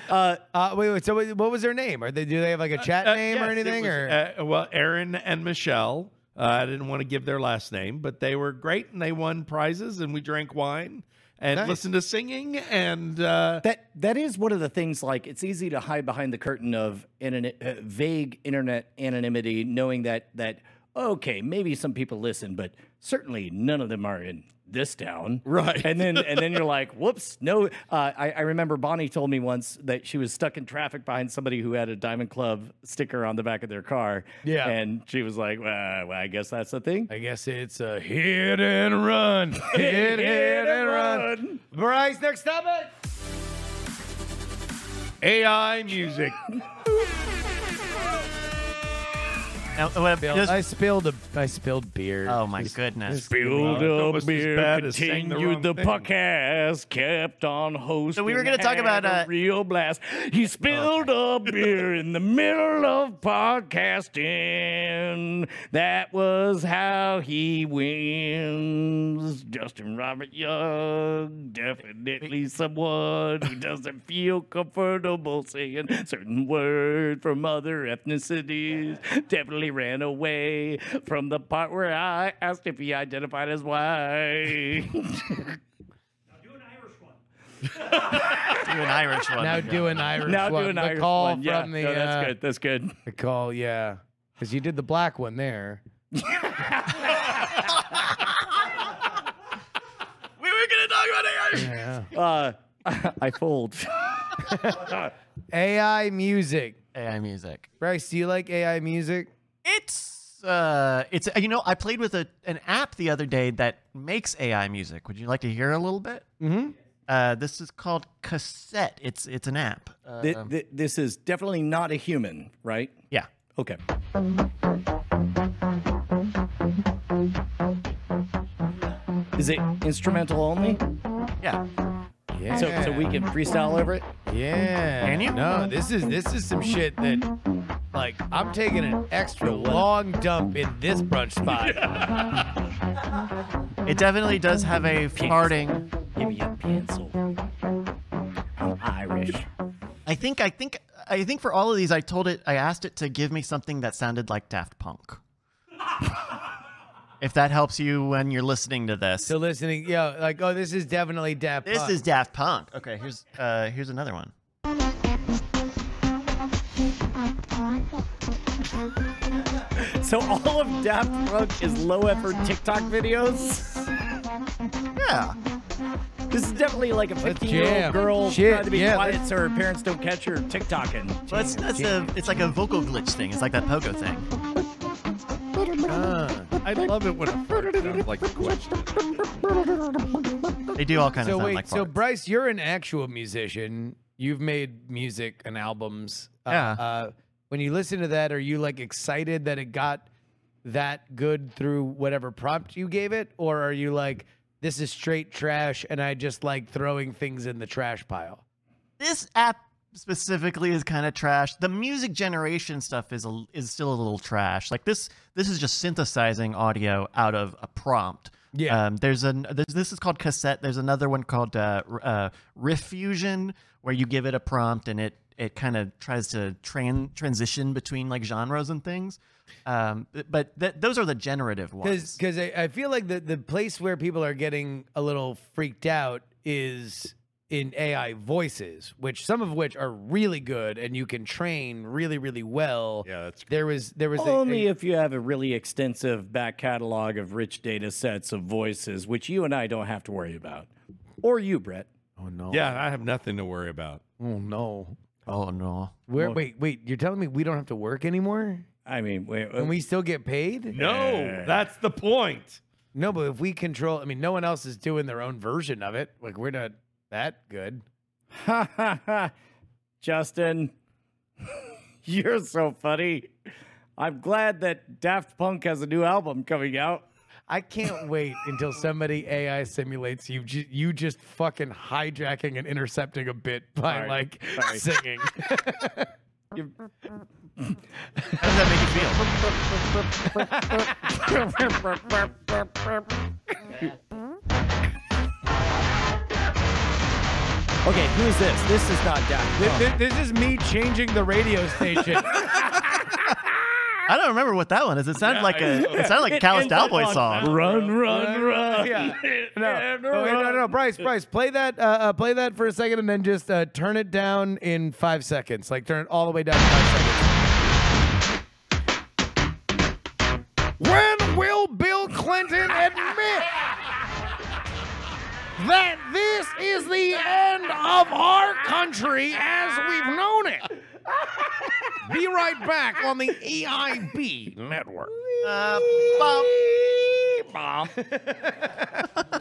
uh, uh, wait, wait. So, wait, what was their name? Are they do they have like a chat
Uh,
name
yes,
or
it
anything?
was,
or
uh, well, Aaron and Michelle. Uh, I didn't want to give their last name, but they were great, and they won prizes, and we drank wine and
Nice.
listened to singing, and uh,
That that is one of the things. Like it's easy to hide behind the curtain of internet, uh, vague internet anonymity, knowing that that okay, maybe some people listen, but certainly none of them are in this town,
Right.
And then and then you're like, whoops, no. Uh, I, I remember Bonnie told me once that she was stuck in traffic behind somebody who had a Diamond Club sticker on the back of their car.
Yeah.
and she was like, well, well, I guess that's the thing.
I guess it's a hit and run, hit, hit, and run. Bryce, next topic.
AI music.
Now, what-
Bill,
just-
I spilled a I spilled beer.
oh my
Just-
goodness.
Well,
Build
it's almost as
a beer,
bad as saying the
continued
wrong
the,
thing.
podcast, kept on hosting.
So we were gonna talk
had
about,
a
uh,
real blast. He spilled a beer in the middle of podcasting. That was how he wins. Justin Robert Young, definitely someone who doesn't feel comfortable saying certain words from other ethnicities. Definitely ran away from the part where I asked if he identified as white.
Do an Irish one.
Now do an Irish
now
one.
do an
the
Irish
call
one.
from
Yeah,
the
no, that's
uh,
good. That's good.
the call, yeah, because you did the black one there.
Uh, I fold.
AI music.
AI music.
Bryce, do you like AI music?
It's uh, it's you know, I played with a an app the other day that makes AI music. Would you like to hear a little bit? Mm-hmm. Uh, this is called Cassette. It's it's an app. Uh,
Th- th- this is definitely not a human, right?
yeah.
Okay. Is it instrumental only?
Yeah.
Yeah.
So, so we can freestyle over it?
Yeah.
Can you?
No, this is this is some shit that like I'm taking an extra long dump in this brunch spot.
It definitely does have a farting.
Give me a pencil. I'm Irish.
I think I think I think for all of these I told it I asked it to give me something that sounded like Daft Punk. if that helps you when you're listening to this.
So listening, yo, like, oh, this is definitely Daft
This
Punk.
is Daft Punk. Okay, here's uh here's another one.
So all of Daft Punk is low effort TikTok videos.
Yeah.
This is definitely like a 15 year
jam.
old girl
Shit,
trying to be
yeah,
quiet so her parents don't catch her TikToking.
Well, it's that's a it's like a vocal glitch thing. It's like that pogo thing.
Uh, I love it when a fart sounds like a question.
They do all kind of
So
sound
wait,
like
so
farts.
Bryce, you're an actual musician. You've made music and albums. Uh,
Yeah.
Uh, when you listen to that, are you like excited that it got that good through whatever prompt you gave it, or are you like, this is straight trash, and I just like throwing things in the trash pile?
this app specifically is kind of trash. The music generation stuff is a, is still a little trash. Like this this is just synthesizing audio out of a prompt.
Yeah.
Um, there's an there's, this is called cassette. There's another one called uh, r- uh, riff fusion where you give it a prompt and it it kind of tries to tran- transition between like genres and things. Um, but- but th- those are the generative ones.
Because I, I feel like the, the place where people are getting a little freaked out is in AI voices, which some of which are really good and you can train really, really well.
Yeah, that's-
there was there was a-
Only
a,
if you have a really extensive back catalog of rich data sets of voices, which you and I don't have to worry about. Or you, Brett.
oh no
Yeah, I have nothing to worry about.
oh no
Oh no.
where wait wait you're telling me we don't have to work anymore
I mean, we,
and we still get paid?
No, that's the point.
No, but if we control, I mean, no one else is doing their own version of it. Like we're not that good.
Ha ha ha. Justin, you're so funny. I'm glad that Daft Punk has a new album coming out.
I can't wait until somebody AI simulates you. Ju- you just fucking hijacking and intercepting a bit by
Sorry.
like
Sorry.
singing.
How does that make you feel?
Okay, who is this? This is not Daft
Th- th- this is me changing the radio station.
I don't remember what that one is. It sounded like a it sounded like a Callous Cowboy song.
Run, run, run.
yeah. No. No, wait, no, no, Bryce, Bryce, play that, uh, uh, play that for a second, and then just uh, turn it down in five seconds. Like turn it all the way down. In five seconds. When will Bill Clinton admit that this is the end of our country as we've known it? Be right back on the EIB network.
Uh,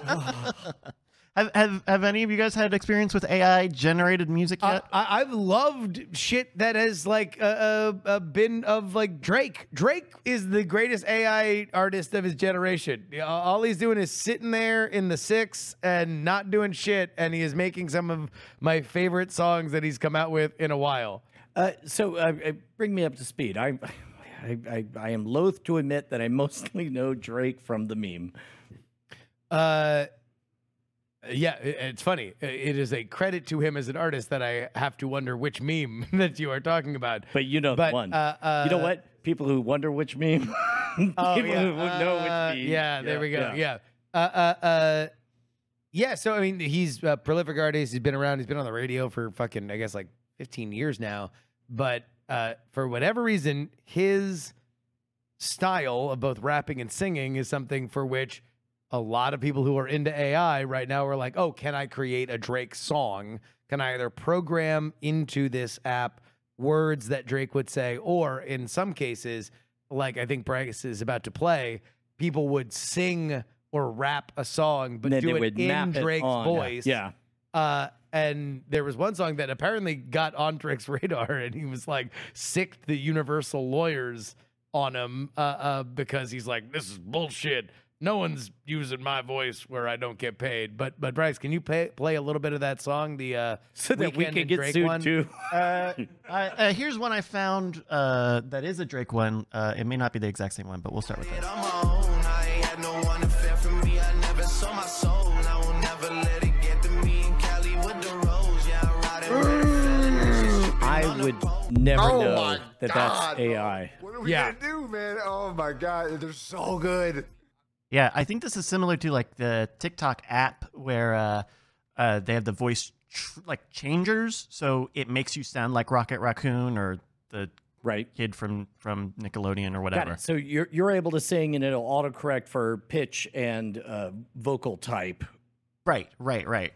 bum. Have, have have any of you guys had experience with AI generated music
I,
Uh,
yet?
I, I've loved shit that has like uh, uh, uh, been of like Drake. Drake is the greatest AI artist of his generation. Uh, All he's doing is sitting there in the six and not doing shit, and he is making some of my favorite songs that he's come out with in a while.
Uh, so uh, uh, bring me up to speed. I, I, I, I am loath to admit that I mostly know Drake from the meme.
Uh, yeah, i- it's funny. I- It is a credit to him as an artist that I have to wonder which meme that you are talking about.
But you know
But,
the one.
uh, uh,
you know what? People who wonder which meme.
Oh,
People
yeah.
who know which
Uh,
meme.
Yeah, there we go. Yeah. Uh, uh, uh, yeah, so I mean, he's a prolific artist. He's been around. He's been on the radio for fucking, I guess, like 15 years now. But uh, for whatever reason, his style of both rapping and singing is something for which a lot of people who are into AI right now are like, oh, can I create a Drake song? Can I either program into this app words that Drake would say, or in some cases, like I think Bryce is about to play, people would sing or rap a song, but
Then
do
they
it
would
in
map it
Drake's
on.
voice.
Yeah.
Uh, and there was one song that apparently got on Drake's radar, and he was like sicked the Universal lawyers on him uh, uh, because he's like, "This is bullshit. No one's using my voice where I don't get paid." But but Bryce, can you play play a little bit of that song? The uh,
So that we
Weeknd
can
and
get
Drake
sued
one?
too.
uh, I, uh, here's one I found uh, that is a Drake one. Uh, it may not be the exact same one, but we'll start with
it
that.
on my own. I ain't had no one to fend for me. I never sold my soul. and I will never let it get to me. In Cali with the rose, yeah, I'm riding with the fellas. It's just
I would never
Oh
know
my
that
God.
that's AI.
What are we
Yeah.
gonna do, man? Oh my god, they're so good.
Yeah, I think this is similar to like the TikTok app where uh, uh, they have the voice tr- like changers, so it makes you sound like Rocket Raccoon or the
Right.
kid from from Nickelodeon or
Got
whatever.
it. So you're you're able to sing and it'll autocorrect for pitch and uh, vocal type.
Right, right, right.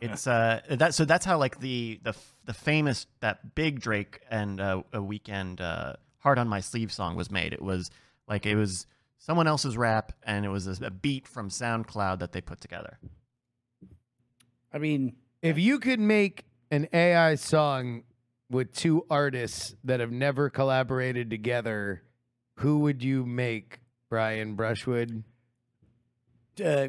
It's uh that so that's how like the the f- the famous that big Drake and uh, a weekend uh hard on my sleeve song was made. It was like it was someone else's rap and it was a, a beat from SoundCloud that they put together.
I mean,
If you could make an AI song with two artists that have never collaborated together, who would you make, Brian Brushwood?
uh,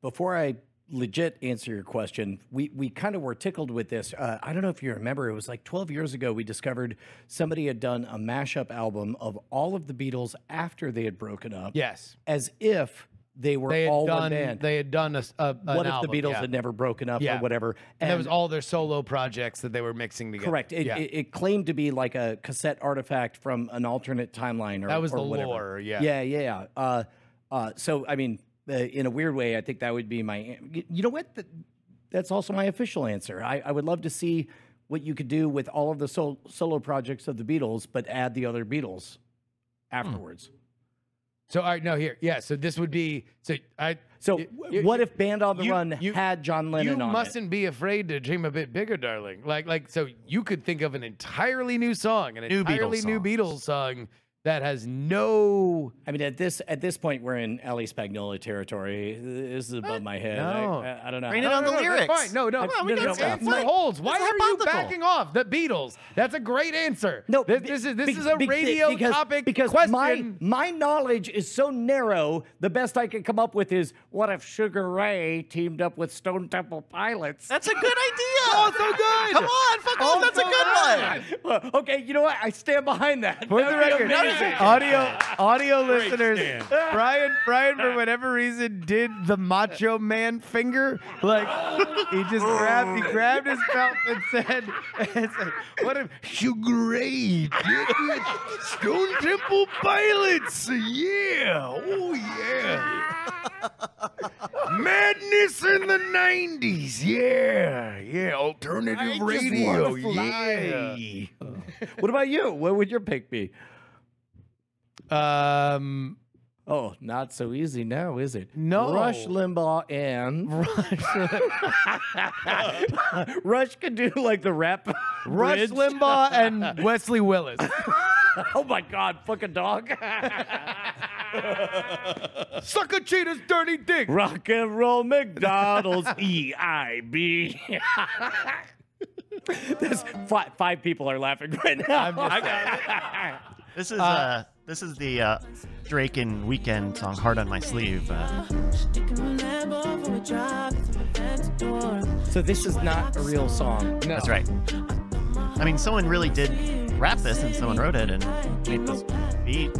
before I legit answer your question, we, we kind of were tickled with this. Uh, I don't know if you remember, it was like 12 years ago, we discovered somebody had done a mashup album of all of the Beatles after they had broken up,
Yes.
as if they were
they had
all
done
one band.
they had done a, s- a- an
what if
album,
the Beatles
yeah.
had never broken up
Yeah.
or whatever?
and that was all their solo projects that they were mixing together
correct. It,
yeah.
it, it claimed to be like a cassette artifact from an alternate timeline, or
that was
or
the
whatever.
lore yeah
Yeah, yeah. yeah. Uh, uh, so, I mean, uh, in a weird way, I think that would be my. an- You know what? Th- That's also my official answer. I, I would love to see what you could do with all of the sol- solo projects of the Beatles, but add the other Beatles
Hmm.
afterwards.
so all right no here yeah so this would be so i
So,
y-
w-
y-
what if Band on the
you-
Run
you-
had John
you
Lennon on
mustn't be afraid to dream a bit bigger darling like like so you could think of an entirely new song an
New Beatles
entirely new
songs.
beatles song that has no
it? I mean, at this at this point, we're in Ali Spagnola territory. This is above my head. I-
No.
I, I don't know.
Rain it
no,
on
no,
the
no, that's
lyrics.
Fine. No, no,
Come on, we
no,
gotta
no,
stop.
no, holds. Why
It's
are you
hypothetical.
backing off? The Beatles. That's a great answer.
No,
this,
be-
this is this
be-
is a
be-
radio
because,
topic
because
question.
my my knowledge is so narrow. The best I can come up with is what if Sugar Ray teamed up with Stone Temple Pilots?
That's a good idea.
Oh, so good. Oh
Come on, fuck
Oh,
off. That's a
come
good
on.
one.
Well, okay, you know what? I stand behind that.
For the
That would
record,
be amazing.
audio audio listeners,
stand.
Brian Brian for whatever reason did the Macho Man finger, like he just grabbed he grabbed his belt and said, and said "What if Sugar Ray did it? Stone Temple Pilots? Yeah, oh yeah, madness in the '90s. Yeah, yeah, alternative radio. Yeah.
What about you? What would your pick be?
Um.
Oh, not so easy now, is it?
No.
Rush Limbaugh and Rush. Rush could do like the rap.
Rush
bridge.
Limbaugh and Wesley Willis.
Oh my God! Fuck a dog.
Suck a cheetah's dirty dick.
Rock and roll McDonald's E I B. There's fi- five people are laughing right now.
This is uh, this is the uh, Drake and Weekend song "Hard on My Sleeve." Uh,
so this is not a real song.
No.
That's right. I mean, someone really did rap this, and someone wrote it and made this beat.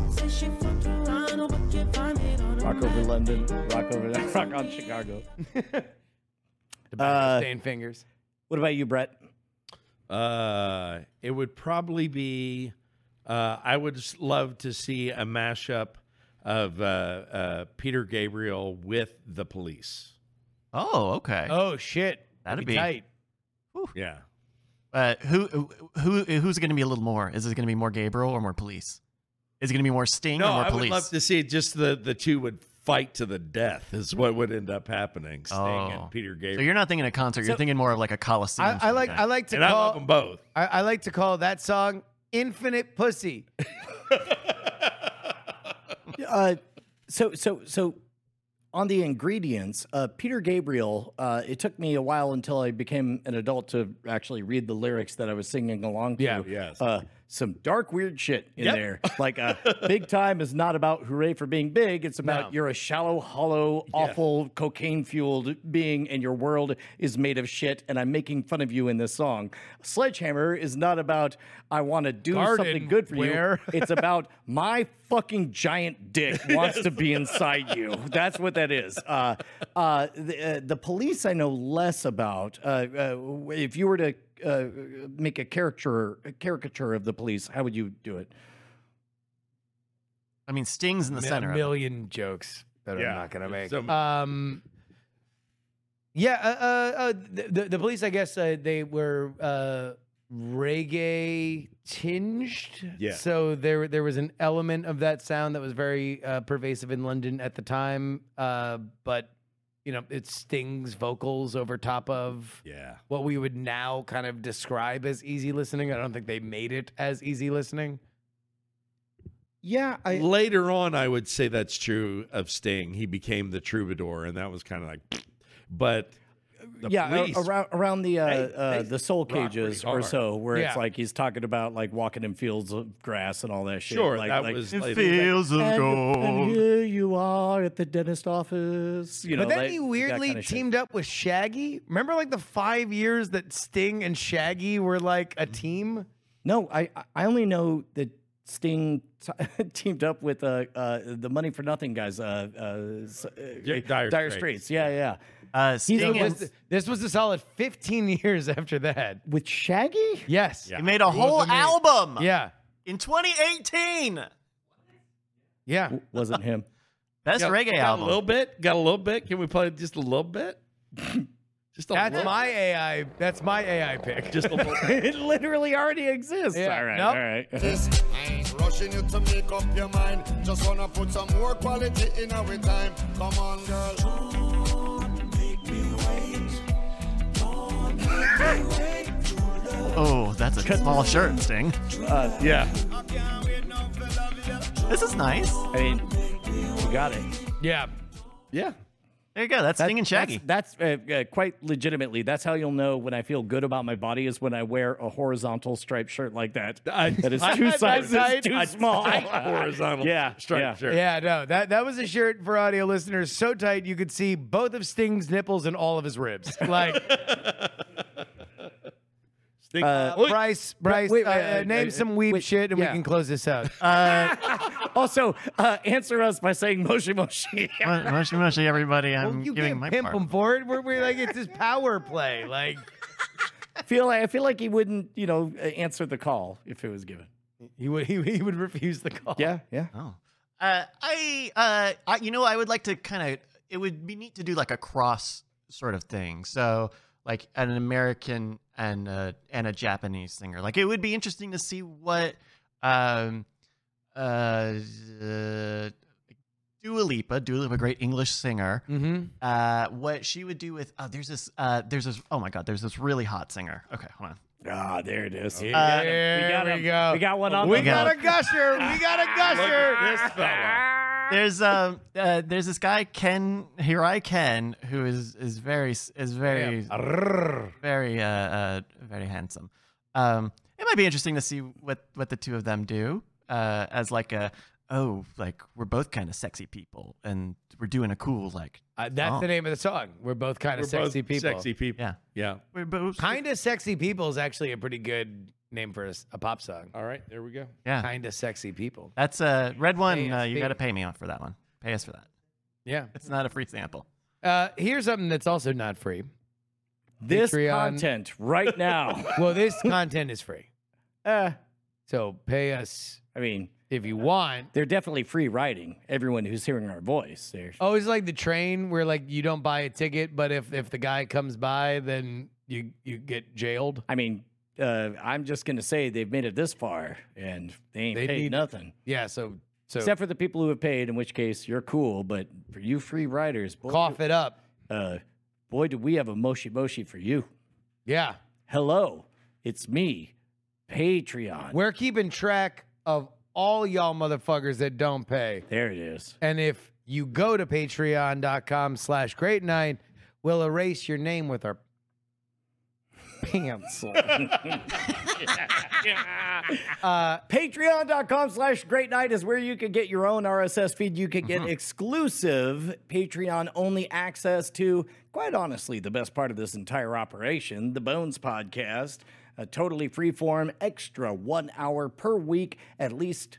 Rock over London, rock over rock on Chicago. Uh,
Stain fingers.
What about you, Brett?
Uh, it would probably be. Uh, I would s- love to see a mashup of uh, uh, Peter Gabriel with the Police.
Oh, okay.
Oh shit.
That'd be-
tight.
Yeah,
Uh, who who who's going to be a little more? Is it going to be more Gabriel or more Police? Is it going to be more Sting
no,
or more
I would
Police?
love to see just the the two would fight to the death is what would end up happening. Sting
Oh.
and Peter
So
Gabriel.
you're not thinking a concert. You're thinking more of like a coliseum.
I, I like I like to
and I
call
love them both.
I, I like to call that song "Infinite Pussy."
uh, so so so on the ingredients, uh, Peter Gabriel. Uh, it took me a while until I became an adult to actually read the lyrics that I was singing along to.
Yeah,
yes.
Uh, some dark, weird shit in
Yep.
there. Like, uh, big time is not about hooray for being big. It's about
No.
you're a shallow, hollow, awful, cocaine fueled being, and your world is made of shit. And I'm making fun of you in this song. Sledgehammer is not about I want to do something
Garden
good for
where-
you. It's about my fucking giant dick wants to be inside you. That's what that is. Uh, uh, the, uh, the police I know less about. Uh, uh, if you were to uh, make a caricature, a caricature of the police, how would you do it?
I mean, Sting's in the
Mi-
center.
A
of it.
million jokes that
Yeah.
I'm not gonna make.
So-
um, yeah, uh, uh, uh, the- the, the police, I guess, uh, they were uh, reggae tinged.
Yeah.
So there, there was an element of that sound that was very uh, pervasive in London at the time. Uh, but you know, it stings vocals over top of
Yeah.
what we would now kind of describe as easy listening. I don't think they made it as easy listening.
Yeah, I,
Later on, I would say that's true of Sting. He became the troubadour, and that was kind of like, but the
yeah, a-
police,
around around the uh,
They-
uh,
they
the soul
rock pretty
cages or
hard.
so, where
Yeah.
it's like he's talking about like walking in fields of grass and all that shit.
sure,
like,
that
like,
was
In
later.
fields of
And, and
gold.
here you are at the dentist office. You know,
but then
like,
he
that
weirdly
kinda shit.
teamed up with Shaggy. Remember, like the five years that Sting and Shaggy were like a team.
No, I I- I only know that Sting t- teamed up with uh, uh the Money for Nothing guys. Uh, uh, s- uh,
Yeah, Dire Straits.
Straits. Yeah, yeah.
Uh, Sting
So it
and-
was- this was a solid 15 years after that.
With Shaggy?
Yes.
Yeah.
He made a whole
amazing.
album
Yeah.
in 2018.
Yeah.
Wasn't him.
Best
Got-
reggae
got
album.
A little bit, got a little bit. Can we play just a little bit? Just a
That's
little.
my AI. That's my AI pick.
Just a little.
it literally already exists.
Yeah,
All right,
nope.
all right.
this. I ain't rushing you to make up your mind. Just wanna put some more quality in our time. Come on, girl.
Oh, that's a small shirt, Sting.
Uh, yeah.
This is nice.
I mean, you got it.
yeah.
Yeah.
There you go. That's Sting and Shaggy.
That's, that's, uh, uh, quite legitimately. That's how you'll know when I feel good about my body is when I wear a horizontal striped shirt like that.
I-
that is
I-
two
I-
sizes
I-
too
I-
small.
I- horizontal.
Yeah,
Striped
yeah.
shirt.
Yeah. No. That that was a shirt for audio listeners so tight you could see both of Sting's nipples and all of his ribs. Like
Think- Oy.
Bryce, Bryce,
uh, wait,
uh,
wait,
uh,
wait,
name
wait,
some weeb shit and
yeah.
we can close this out.
also, uh, answer us by saying Moshi Moshi.
Mu- Mushy mushy, everybody.
Well,
I'm
you
giving
can't
my
pimp
part.
him for it. We're, we're like it's his power play. Like
feel like, I feel like he wouldn't, you know, uh, answer the call if it was given.
he would he, he would refuse the call.
yeah.
Oh, uh, I, uh, I, you know, I would like to kind of. It would be neat to do like a cross sort of thing. So, like an American and a, and a Japanese singer. Like it would be interesting to see what, um, uh, uh Dua Lipa, Dua Lipa, great English singer.
Mm-hmm.
Uh, what she would do with oh, there's this, uh, there's this. Oh my God, there's this really hot singer. Okay, hold on.
Ah, there it is.
Oh.
Here
got
we go.
We got one on
We
the
got a gusher. We got a gusher.
This fella.
there's um uh, there's this guy Ken here I Ken who is is very s- is
Oh,
very very uh, uh very handsome. Um, it might be interesting to see what what the two of them do uh as like a oh like we're both kind of sexy people and we're doing a cool like
Uh, that's
Oh.
the name of the song. We're both kind
We're
of sexy
both
people.
Sexy people.
yeah
Yeah.
we're both
Kind of sexy people is actually a pretty good name for a, s- a pop song.
All right. There we go.
yeah
Kind of sexy people.
that's a red one uh,
ASB.
you got to pay me off for that one pay us for that
Yeah.
it's not a free sample
Uh, here's something that's also not free.
this
Patreon.
content right now.
Well, this content is free, Eh.
uh,
so pay us
I mean,
if you want.
they're definitely free riding. Everyone who's hearing our voice, they're
Oh, it's like the train where like you don't buy a ticket, but if if the guy comes by, then you you get jailed.
I mean, uh, I'm just gonna say they've made it this far and they ain't
They
paid
need-
nothing.
Yeah, so So
Except for the people who have paid, in which case you're cool. But for you free riders, boy,
cough it up.
uh, boy, do we have a moshi moshi for you.
Yeah.
Hello, it's me, Patreon.
We're keeping track of all y'all motherfuckers that don't pay.
There it is.
And if you go to patreon.com slash great nine, we'll erase your name with our pants.
Patreon.com slash great night is where you can get your own RSS feed. You can get
Mm-hmm.
exclusive Patreon only access to, quite honestly, the best part of this entire operation the Bones Podcast, a totally free form, extra one hour per week, at least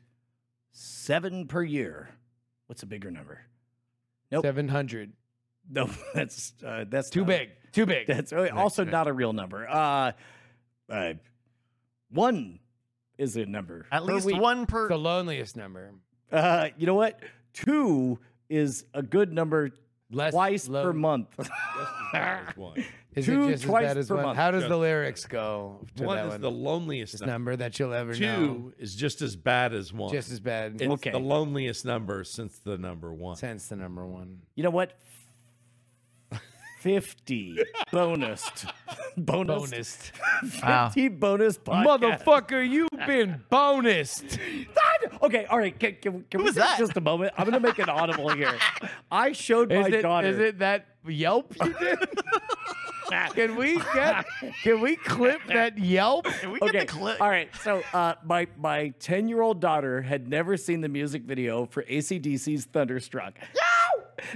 seven per year. What's a bigger number?
700.
No, that's uh, that's
Too
not-
big. Too big.
That's really also not a real number. Uh, uh, one is a number.
At
per
least
week.
one per.
the loneliest number.
Uh, you know what? Two is a good number
Less
twice
low-
per month.
That was one.
Is
Two
it just
twice
as bad as
per
one?
month.
How does the lyrics go? To
One
that
is
one?
the loneliest number.
number that you'll ever
Two
know.
is just as bad as one.
Just as bad.
it's
Okay.
the loneliest number since the number one.
Sense the number one.
You know what? 50 bonused. bonus.
Bonus.
50 bonus podcast.
Motherfucker, you've been bonused.
Okay, all right. Can, can, can we
was
take
that?
just a moment? I'm going to make an audible here. I showed
Is
my
it,
daughter.
is it that Yelp you did? can we get can we clip that Yelp?
Can we get
okay.
the clip?
All right. So uh, my my ten year old daughter had never seen the music video for ACDC's Thunderstruck.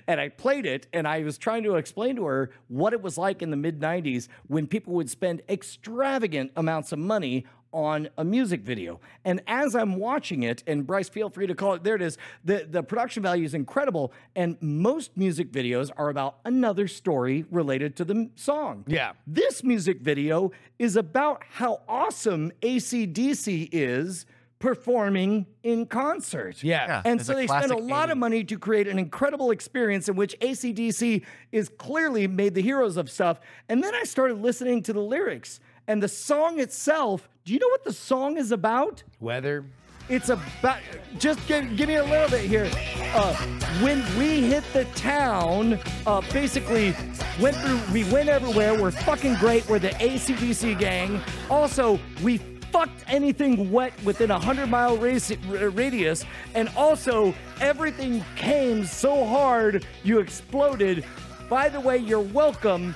And I played it, and I was trying to explain to her what it was like in the mid 90s when people would spend extravagant amounts of money on a music video. And as I'm watching it, and Bryce, feel free to call it, there it is, the, the production value is incredible. And most music videos are about another story related to the m- song.
Yeah.
This music video is about how awesome ACDC is performing in concert.
Yeah. Yeah,
and
it's
so
a
they spend a
classic
lot of
80s.
money to create an incredible experience in which ACDC is clearly made the heroes of stuff. And then I started listening to the lyrics and the song itself. Do you know what the song is about?
Weather.
It's about just give, give me a little bit here. Uh, when we hit the town, uh, basically went through. We went everywhere. We're fucking great. We're the ACDC gang. Also, we fucked anything wet within a hundred mile raci- r- radius, and also everything came so hard you exploded. By the way, you're welcome.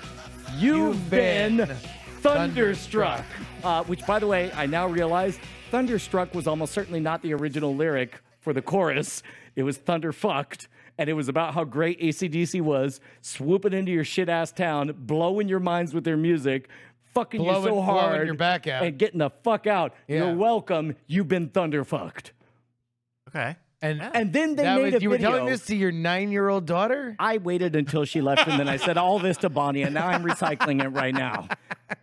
You've,
You've
been,
been
thunderstruck.
thunderstruck.
Uh, which, by the way, I now realize Thunderstruck was almost certainly not the original lyric for the chorus. It was Thunderfucked, and it was about how great ACDC was, swooping into your shit ass town, blowing your minds with their music, fucking
Blowing-
you so
blowing
hard,
your back out.
and getting the fuck out.
Yeah.
You're welcome. You've been Thunderfucked.
Okay.
And
And then they
that
made
was
a
you were
video.
telling this to your nine year old daughter?
I waited until she left, and then I said all this to Bonnie, and now I'm recycling it right now.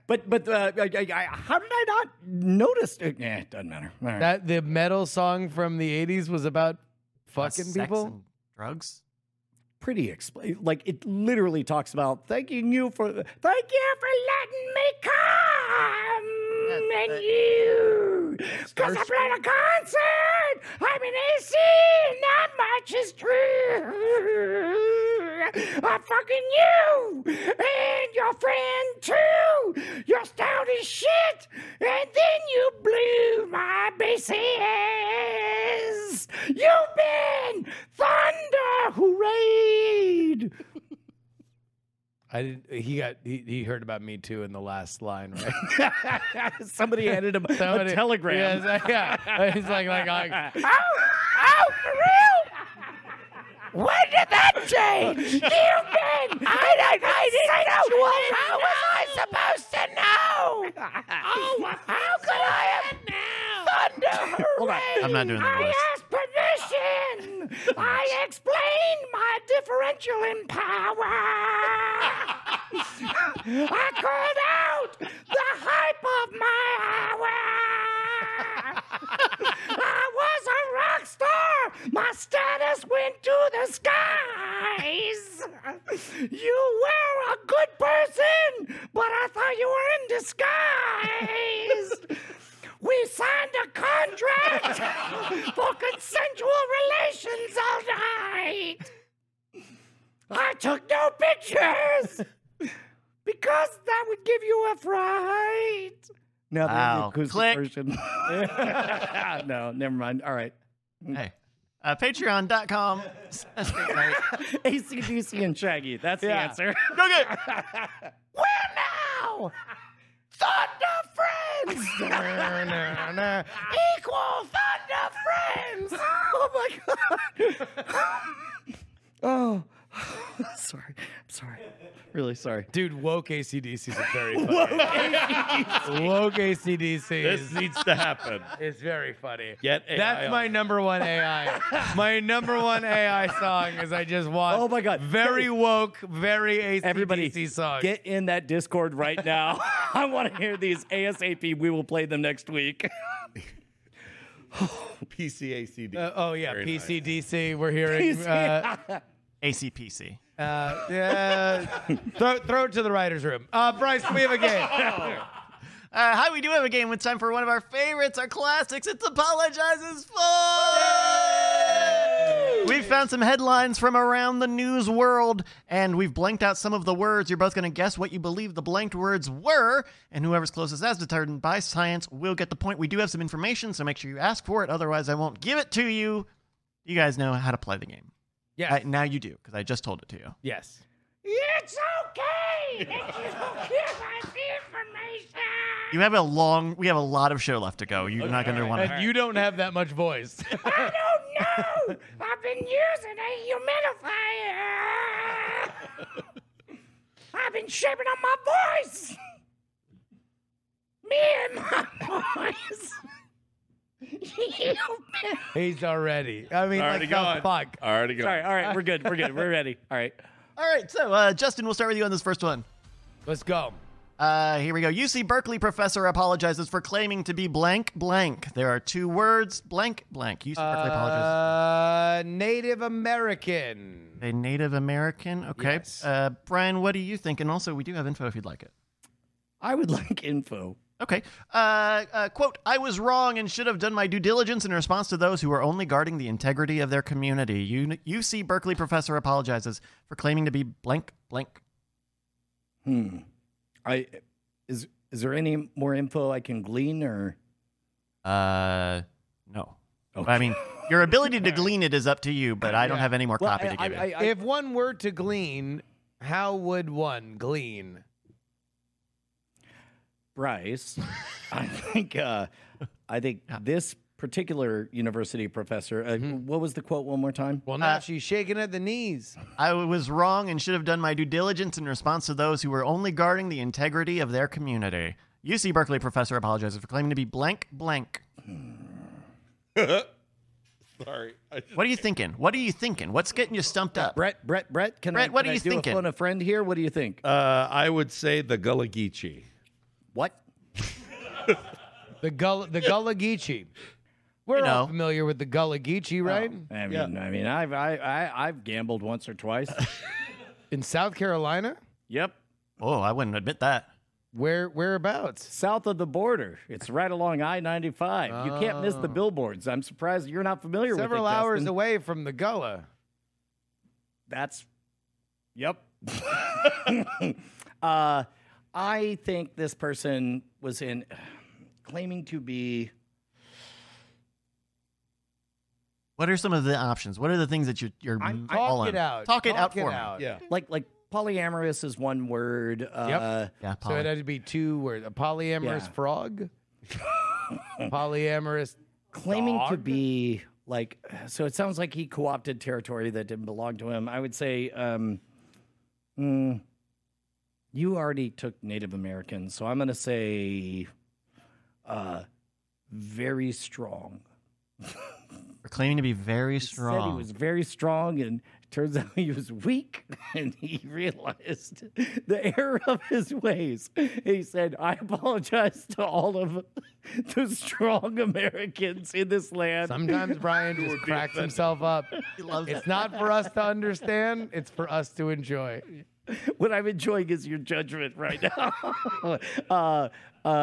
But but uh, I, I, I, how did I not notice? It eh, it doesn't matter. All right.
That the metal song from the eighties was about fucking
Sex
people?
and drugs.
pretty expl- like it literally talks about thanking you for thank you for letting me come
Yes,
and
uh,
you because I played a concert I'm an AC not much is true I fucking you and your friend too you're stout as shit and then you blew my bases you've been thunder hooray
I didn't he got he, he heard about me too in the last line, right?
Somebody handed him
Somebody-
a telegram.
Yes, yeah. He's like like, like
Oh, for real? When did that change? You've been. I didn't. I didn't know. How was I supposed to know? Oh, how could I have now? Thunder! Hold on.
I'm not doing the
I
voice.
asked permission. I explained my differential in power. I called out the hype of my hour. I was a rock star. My status went to the skies. You were a good person, but I thought you were in disguise. We
We signed a contract for consensual relations all night. I took no pictures because that would give you a fright.
Now the
Wow.
acoustic
Click.
version. no, never mind. All right.
Hey, uh, patreon.com.
ACDC and Shaggy. That's the answer.
Go get
We're now Thunder Friends! Equal Thunder Friends! Oh my god!
Oh, sorry. I'm sorry. Really sorry.
Dude, woke ACDC is very funny. woke ACDC
This
is,
needs to happen.
is very funny.
Get AI
That's my
on.
number one AI. my number one AI song is I just want.
Oh my God.
Very woke, very ACDC
Everybody,
song.
get in that Discord right now. I want to hear these ASAP. We will play them next week.
PCACD.
Uh, oh yeah,
Very nice.
PCDC. We're hearing. Uh,
ACPC.
uh, yeah, throw, throw it to the writers' room. Uh, Bryce, we have a game.
Uh, hi, we do have a game. It's time for one of our favorites, our classics. It's Apologizes for. We've found some headlines from around the news world, and we've blanked out some of the words. You're both going to guess what you believe the blanked words were, and whoever's closest as determined by science will get the point. We do have some information, so make sure you ask for it. Otherwise, I won't give it to you. You guys know how to play the game.
Yes.
Uh, now you do, because I just told it to you.
yes.
It's okay that you don't give us information!
You have a long, we have a lot of show left to go. You're not going to want to.
And you don't have that much voice.
I don't know! I've been using a humidifier! I've been shaping up my voice! Me and my voice! You've been
He's already. I mean,
Already gone.
like, the fuck.
Already got
All right. All right. We're good. We're good. We're ready. All right.
All right, so uh, Justin, we'll start with you on this first one.
Let's go.
Uh, here we go. UC Berkeley professor apologizes for claiming to be blank blank. There are two words blank blank. UC Berkeley apologizes.
Uh, Native American.
A Native American. Okay. Uh, Brian, what do you think? And also, we do have info if you'd like it.
I would like info.
Okay. Uh, uh, quote, I was wrong and should have done my due diligence in response to those who are only guarding the integrity of their community. U- UC Berkeley professor apologizes for claiming to be blank blank.
Hmm. I is is there any more info I can glean or
Uh, no. I mean, your ability to glean it is up to you, but I don't have any more copy to
I,
give you.
I, I,
if one were to glean, how would one glean?
Bryce, I think uh, I think this particular university professor. Uh, What was the quote one more time?
Well, now she's Uh, shaking at the knees.
I was wrong and should have done my due diligence in response to those who were only guarding the integrity of their community. UC Berkeley professor apologizes for claiming to be blank blank.
Hmm. Sorry. I just-
What are you thinking? What are you thinking? What's getting you stumped up?
Brett, Brett, Brett. Can
Brett,
I,
what
can
are
I
you
do
thinking?
a phone a friend here? What do you think?
Uh, I would say the Gullah Geechee.
what?
The Gullah, the Gullah Geechee. We're
You
all
know. Oh.
familiar with the Gullah Geechee, right?
I mean, I mean, I've I, I I've gambled once or twice.
In South Carolina,
yep,
Oh, I wouldn't admit that.
where whereabouts?
south of the border. It's right along I ninety five. You can't miss the billboards. I'm surprised you're not familiar with it.
Several hours
Justin.
away from the Gullah.
That's yep. uh, I think this person was in claiming to be
What are some of the options? What are the things that you, you're
I'm-
all
talk
in?
it out.
Talk it out for me.
Yeah.
like like polyamorous is one word. Uh,
Yeah,
So it
Polly.
had to be two words. A polyamorous
Yeah.
frog. polyamorous.
Claiming to
Dog?
be like so, it sounds like he co-opted territory that didn't belong to him. I would say, um, mm, you already took Native American, so I'm going to say, uh, very strong.
We're claiming to be very
said
strong.
he was very strong and turns out he was weak and he realized the error of his ways he said i apologize to all of the strong americans in this land
Sometimes Brian just cracks himself up.
He loves
It's
it.
not for us to understand. It's for us to enjoy.
what I'm enjoying is your judgment right now. uh, uh,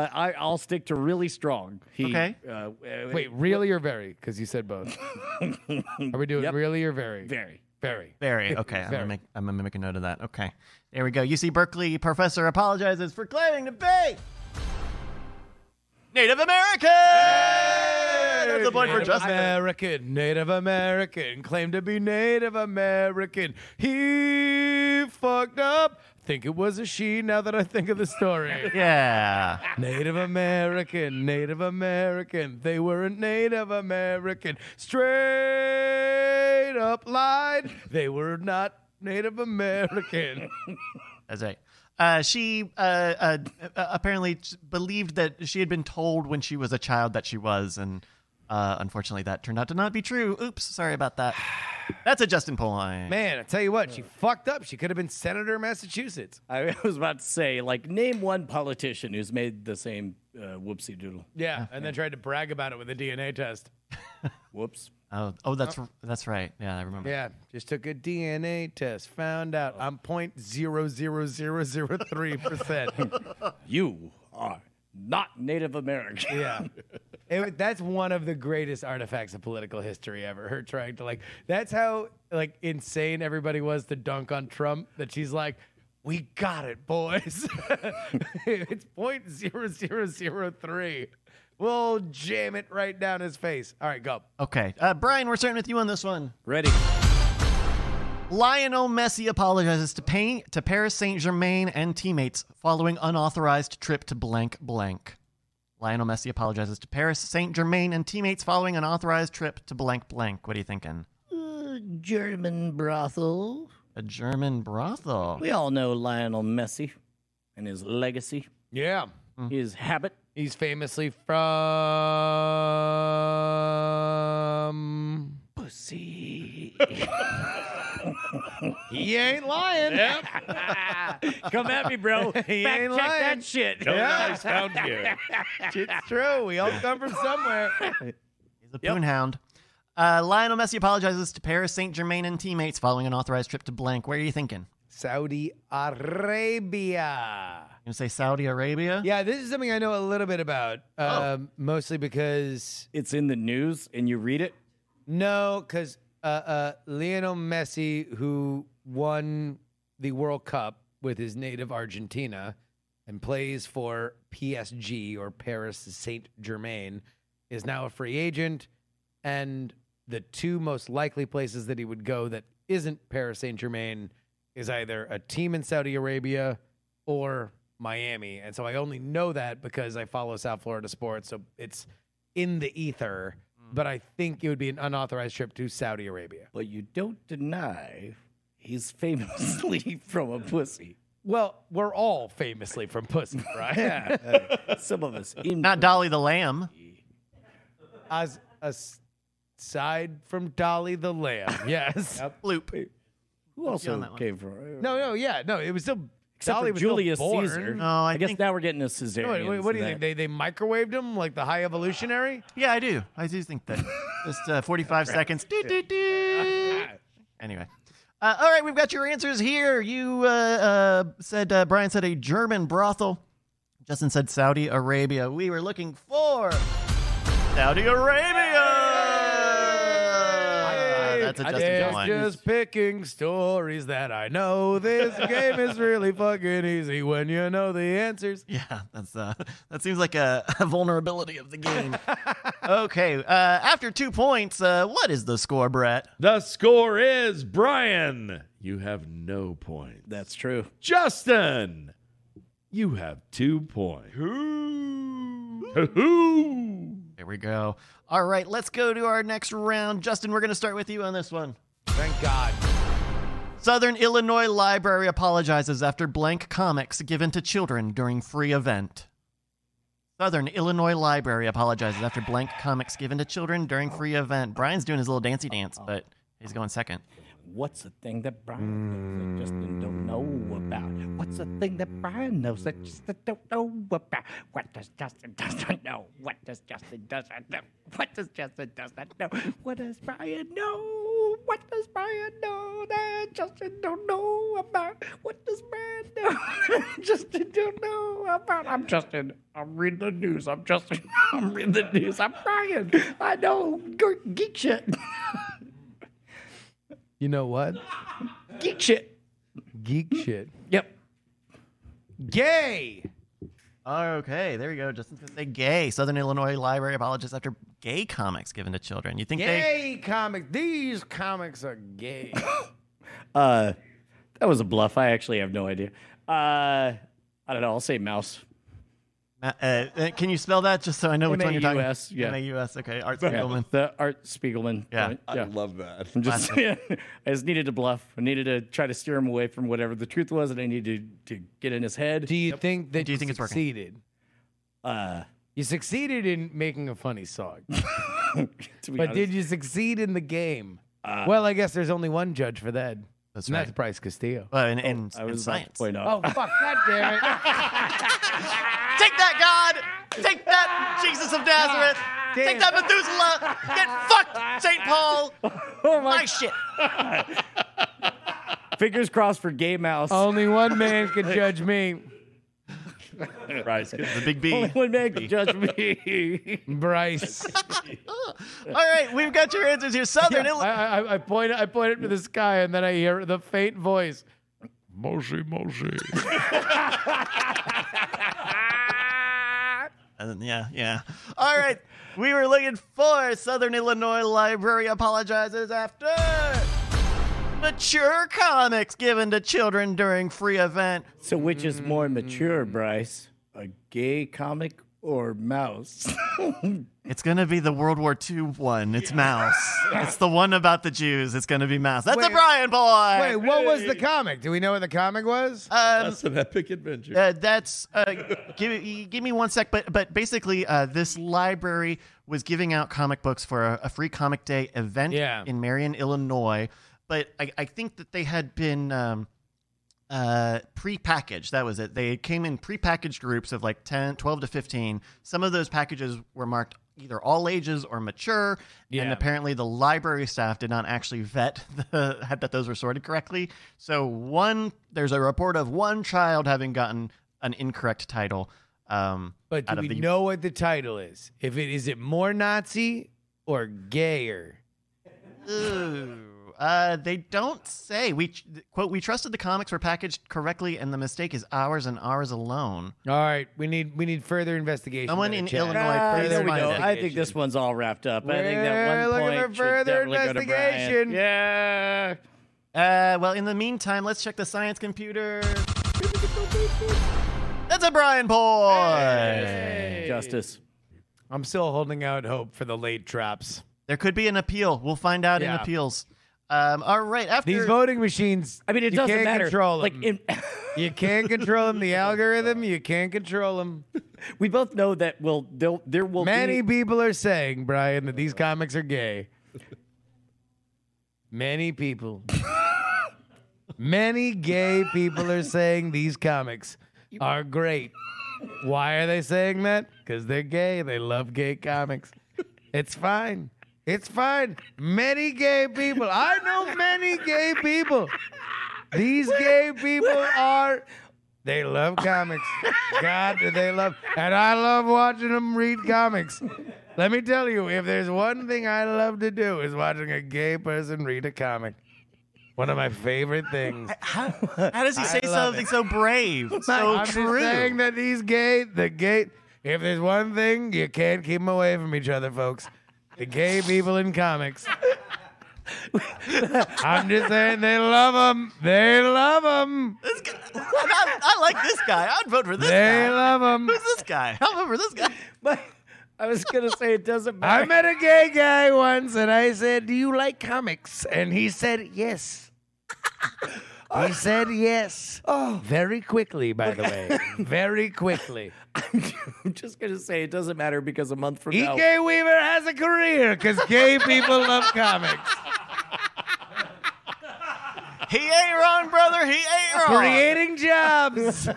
I, I'll stick to really strong. He,
Okay.
Uh,
Wait, really or very? Because you said both. Are we doing really or very?
very.
Very.
Very okay. I'm gonna
Very.
make I'm gonna make a note of that. Okay, there we go. UC Berkeley professor apologizes for claiming to be Native American. That's a point for
Native
Justin.
American, Native American, claimed to be Native American. He fucked up. Think it was a she. Now that I think of the story,
Yeah.
Native American, Native American, they were a Native American. Straight up lied. They were not Native American.
That's right. Uh, she uh, uh, uh, apparently t- believed that she had been told when she was a child that she was, and uh, unfortunately, that turned out to not be true. Oops, sorry about that. That's a Justin point.
Man, I tell you what, she fucked up. She could have been senator of Massachusetts.
I was about to say, like, name one politician who's made the same uh, whoopsie doodle.
Yeah, and then tried to brag about it with a DNA test.
Whoops.
Oh, oh, that's that's right. Yeah, I remember.
Yeah, just took a DNA test, found out I'm point zero zero zero zero three percent.
You are not Native American.
Yeah, it, wa- that's one of the greatest artifacts of political history ever. Her trying to like, that's how like insane everybody was to dunk on Trump. That she's like, we got it, boys. it's point zero zero zero three. We'll jam it right down his face. All right, go.
Okay, uh, Brian, we're starting with you on this one.
Ready?
Lionel Messi apologizes to pain, to Paris Saint Germain and teammates following unauthorized trip to blank blank. Lionel Messi apologizes to Paris Saint Germain and teammates following an authorized trip to blank blank. What are you thinking?
German brothel.
A German brothel.
We all know Lionel Messi and his legacy,
Yeah.
his habit.
He's famously from
Pussy.
He ain't lying.
Come at me, bro. Fact check
ain't lying.
that shit.
I found you.
It's true. We all come from somewhere.
He's a poonhound. Uh, Lionel Messi apologizes to Paris Saint Germain and teammates following an authorized trip to blank. Where are you thinking?
Saudi Arabia.
You gonna say Saudi Arabia?
Yeah, this is something I know a little bit about, um, mostly because
It's in the news and you read it.
no, because uh, uh, Lionel Messi, who won the World Cup with his native Argentina and plays for PSG or Paris Saint Germain, is now a free agent, and the two most likely places that he would go that isn't Paris Saint Germain is either a team in Saudi Arabia or Miami. And so I only know that because I follow South Florida sports. So it's in the ether,
Mm.
but I think it would be an unauthorized trip to Saudi Arabia.
But you don't deny he's famously from a pussy.
Well, we're all famously from pussy, right? yeah.
Some of us in
Not Dolly the Lamb.
As as- aside from Dolly the Lamb, yes.
Bloop.
who also came from.
No, no, yeah, no. It was still
Except
Dolly
for
was still
Julius
born.
Caesar.
No, I
guess
think-
now we're getting a Caesarian.
What, what- what do you
so
think?
that-
They they microwaved him like the high evolutionary?
Yeah, I do. I do think that. Just uh, 45 seconds. Doo, doo, doo. Anyway. Uh, all right, we've got your answers here. You uh, uh, said, uh, Brian said a German brothel. Justin said Saudi Arabia. We were looking for Saudi Arabia. Ah, That's a Justin
It's
point.
just picking stories that I know. This game is really fucking easy when you know the answers.
Yeah, that's uh, that seems like a, a vulnerability of the game. okay, uh, after two points, uh, what is the score, Brett?
The score is Brian. You have no points.
That's true.
Justin, you have two points. Hoo-hoo.
There we go. All right, let's go to our next round. Justin, we're going to start with you on this one.
Thank God.
Southern Illinois Library apologizes after blank comics given to children during free event. Southern Illinois Library apologizes after blank comics given to children during free event. Brian's doing his little dancey dance, but he's going second.
What's a thing that Brian knows that Justin don't know about? What's a thing that Brian knows that Justin don't know about? What does Justin doesn't know? What does Justin doesn't know? What does Justin doesn't know? What does Brian know? What does Brian know that
Justin don't know about what this man knows. Justin don't know about. I'm Justin. I'm reading the news. I'm Justin. I'm reading the news. I'm crying. I know ge- geek shit.
You know what?
geek shit.
Geek shit.
Yep.
Gay.
Okay, there you go. Justin's gonna say gay. Southern Illinois Library apologizes after gay comics given to children. You think they?
Gay comics. These comics are gay.
Uh, that was a bluff. I actually have no idea. Uh, I don't know. I'll say mouse.
Uh, uh, can you spell that just so I know which one you're talking?
M.A.U.S., yeah.
M.A.U.S., Okay, Art
Yeah,
Spiegelman.
The Art Spiegelman.
Yeah.
point.
I love that.
I'm just saying, I just needed to bluff. I needed to try to steer him away from whatever the truth was, and I needed to, to get in his head.
Do you think that
Do you think it's working?
succeeded?
uh,
You succeeded in making a funny song,
to be
but
honest.
did you succeed in the game? well, I guess there's only one judge for that.
Uh, That's
and
right.
That's Bryce Castillo.
Well, in, in,
I
in
was about to
science.
point out.
Oh fuck! God damn it!
Take that, God! Take that, Jesus of Nazareth! Take that, Methuselah! Get fucked, St. Paul! my. shit!
Fingers crossed for gay mouse.
Oh,
Only one man could judge me.
Bryce,
The big B. All
One man can judge me.
Bryce.
right, we've got your answers here. Southern
I,
Illinois.
I, I point. I point up to the sky, and then I hear the faint voice.
Moshi Moshi.
Uh, yeah, yeah. All right, we were looking for Southern Illinois Library apologizes after mature comics given to children during free event.
so, which is more mature, Bryce? A gay comic or mouse?
It's gonna be the World War II one. It's Mouse. it's the one about the Jews. It's gonna be Mouse. That's a
Wait.
Brian boy.
Wait, what was the comic? Do we know what the comic was?
That's an epic adventure.
Uh, that's uh, give me- give me one sec, but but basically, uh, this library was giving out comic books for a, a free comic day event
Yeah.
in Marion, Illinois. But I, I think that they had been um, uh, prepackaged. That was it. They came in prepackaged groups of like 10, 12 to 15. Some of those packages were marked either all ages or mature. And
Yeah.
apparently the library staff did not actually vet the, that those were sorted correctly. So one, there's a report of one child having gotten an incorrect title. Um,
But
out
do
of
we
the-
know what the title is? If it is it more Nazi or gayer?
Ooh, uh, they don't say. We quote, we trusted the comics were packaged correctly and the mistake is ours and ours alone.
All right, we need we need further investigation.
Someone
by the
in
chat.
Illinois, please
Ah, there we
find
go.
it.
I think this one's all wrapped up. I think that
We're
one
looking
point
for
should
further
definitely go to Brian.
investigation.
Yeah.
Uh, well, in the meantime, let's check the science computer. That's a Brian boy.
Justice.
I'm still holding out hope for the late drops.
There could be an appeal. We'll find out in
Yeah.
appeals. Um, all right, after
These voting machines.
I mean, it
you
doesn't
can't
matter.
Control
like,
them.
in,
you can't control them. The algorithm. You can't control them.
we both know that we'll there, there will
Many
be
people are saying, Brian, that these comics are gay. Many people. Many gay people are saying these comics are great. Why are they saying that? Because they're gay. They love gay comics. It's fine. It's fine. Many gay people. I know many gay people. These gay people are. They love comics. God, do they love. And I love watching them read comics. Let me tell you, if there's one thing I love to do is watching a gay person read a comic. One of my favorite things.
how, how does he say
love
something
it.
so brave, so
I'm
true?
just saying that these gay, the gay, if there's one thing you can't keep 'em away from each other, folks, the gay people in comics. I'm just saying they love them. They love them.
This guy- I, I like this guy. I'd vote for this
They
guy.
love them.
Who's this guy? I'll vote for this guy.
I was gonna say it doesn't
I
matter.
met a gay guy once and I said, Do you like comics? And he said, Yes. He said yes. Oh. Very quickly, by the way. Very quickly.
I'm just gonna say it doesn't matter because a month from now
E.K. E Weaver has a career because gay people love comics.
He ain't wrong, brother. He ain't wrong.
Creating jobs.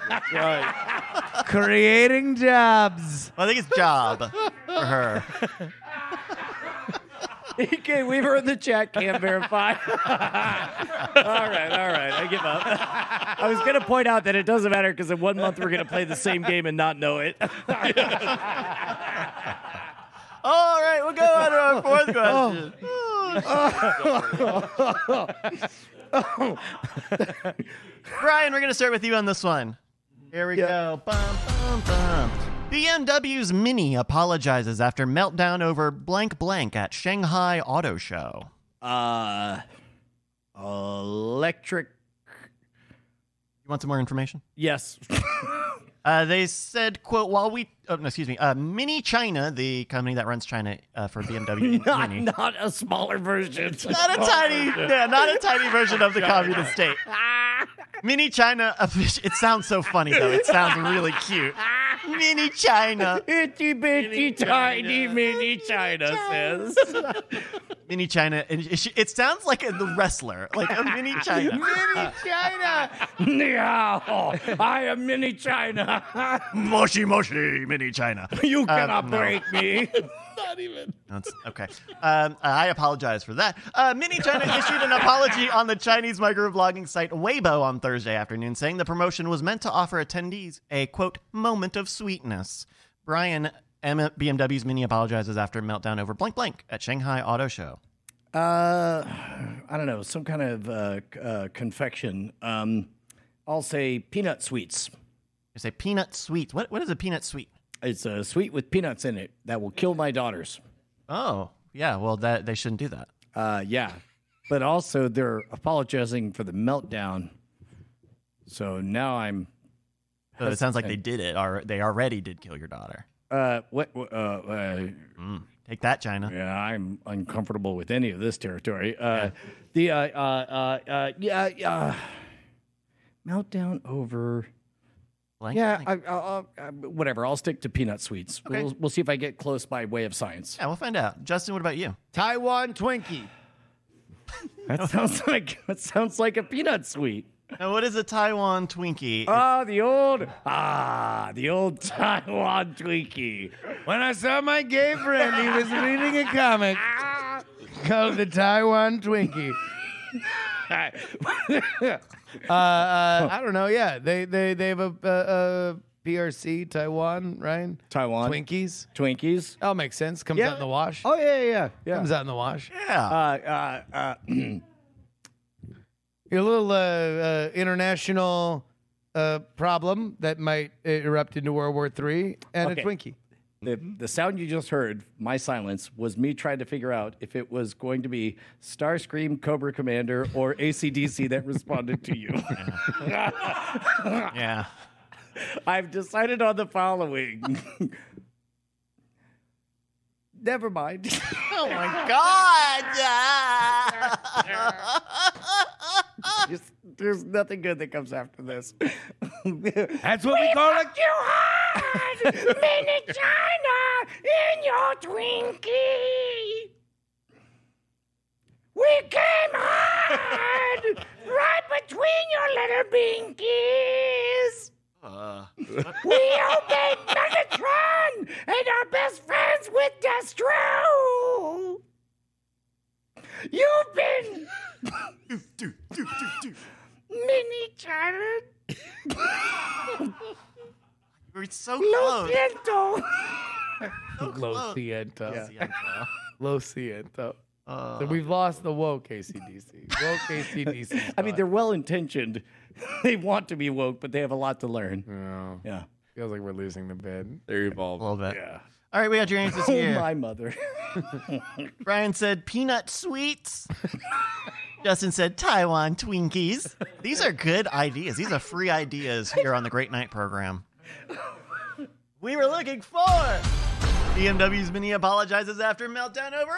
Creating jobs.
Well, I think it's job for her.
Okay, Weaver in the chat can't verify. all right, all right. I give up. I was going to point out that it doesn't matter because in one month we're going to play the same game and not know it.
All right, we'll go on to our fourth question. Brian, we're going to start with you on this one. Here we go. Bum, bum, bum. BMW's Mini apologizes after meltdown over blank blank at Shanghai Auto Show.
Uh, electric.
You want some more information?
Yes.
Uh, they said, "quote While we, oh, no, excuse me, uh, Mini China, the company that runs China uh, for BMW,
not,
Mini,
not a smaller version.
not a tiny, yeah, not a tiny version of the communist state. Mini China. offici- It sounds so funny though. It sounds really cute. Mini China.
Itty bitty tiny mini China says.
Mini China. And it it sounds like a, the wrestler, like a Mini China.
Meow. I am mini China.
Moshi moshi, Mini China. Uh,
You cannot
no.
break me.
That's okay. Um, I apologize for that. Uh, Mini China issued an apology on the Chinese microblogging site Weibo on Thursday afternoon, saying the promotion was meant to offer attendees a quote moment of sweetness. Brian M- BMW's Mini apologizes after meltdown over blank blank at Shanghai Auto Show.
Uh, I don't know, some kind of uh, c- uh, confection. Um, I'll say peanut sweets.
You say peanut sweet. What what is a peanut sweet?
It's a sweet with peanuts in it that will kill my daughters.
Oh yeah, well that they shouldn't do that.
Uh, yeah, but also they're apologizing for the meltdown. So now I'm.
So it sounds like they did it. Or they already did kill your daughter.
Uh, what? what- Uh, uh,
Take that, China.
yeah, I'm uncomfortable with any of this territory. Uh, The uh, uh, uh, uh, yeah, yeah. Meltdown over.
Blank,
Yeah,
blank.
I, I'll, I'll, uh, whatever. I'll stick to peanut sweets. We'll, we'll see if I get close by way of science.
yeah, we'll find out. Justin, what about you?
Taiwan Twinkie.
That sounds like that sounds like a peanut sweet.
Now, what is a Taiwan Twinkie?
Ah, the old ah, the old Taiwan Twinkie.
When I saw my gay friend, he was reading a comic called The Taiwan Twinkie. uh, uh, I don't know. Yeah, they they they have a, uh uh PRC Taiwan, right?
Taiwan
Twinkies.
Twinkies.
That'll make sense. Comes
Yeah.
out in the wash.
Oh yeah, yeah, yeah.
Comes out in the wash.
yeah.
Uh, uh, uh,
Your little uh, uh, international uh, problem that might erupt into World War Three and
Okay.
a Twinkie.
the the sound you just heard, my silence, was me trying to figure out if it was going to be Starscream, Cobra Commander, or ACDC that responded to you.
yeah.
I've decided on the following. Never mind.
Oh my god!
there's, there's nothing good that comes after this.
That's what we call it.
You had mini China in your Twinkie. We came hard right between your little binkies. we obeyed Megatron and are best friends with Destro. You've been mini China
We're so close.
Pinto.
Lo siento.
Yeah.
Lo siento.
Uh,
so we've lost the woke KCDC. Woke KCDC.
I mean, they're well intentioned. they want to be woke, but they have a lot to learn. Yeah.
feels like we're losing the bid.
They're
A
evolved.
little bit. Yeah. All right, we got your answers
Oh,
here.
my mother.
Brian said peanut sweets. Justin said Taiwan Twinkies. These are good ideas. These are free ideas here on the Great Night program. We were looking for BMW's Mini apologizes after meltdown over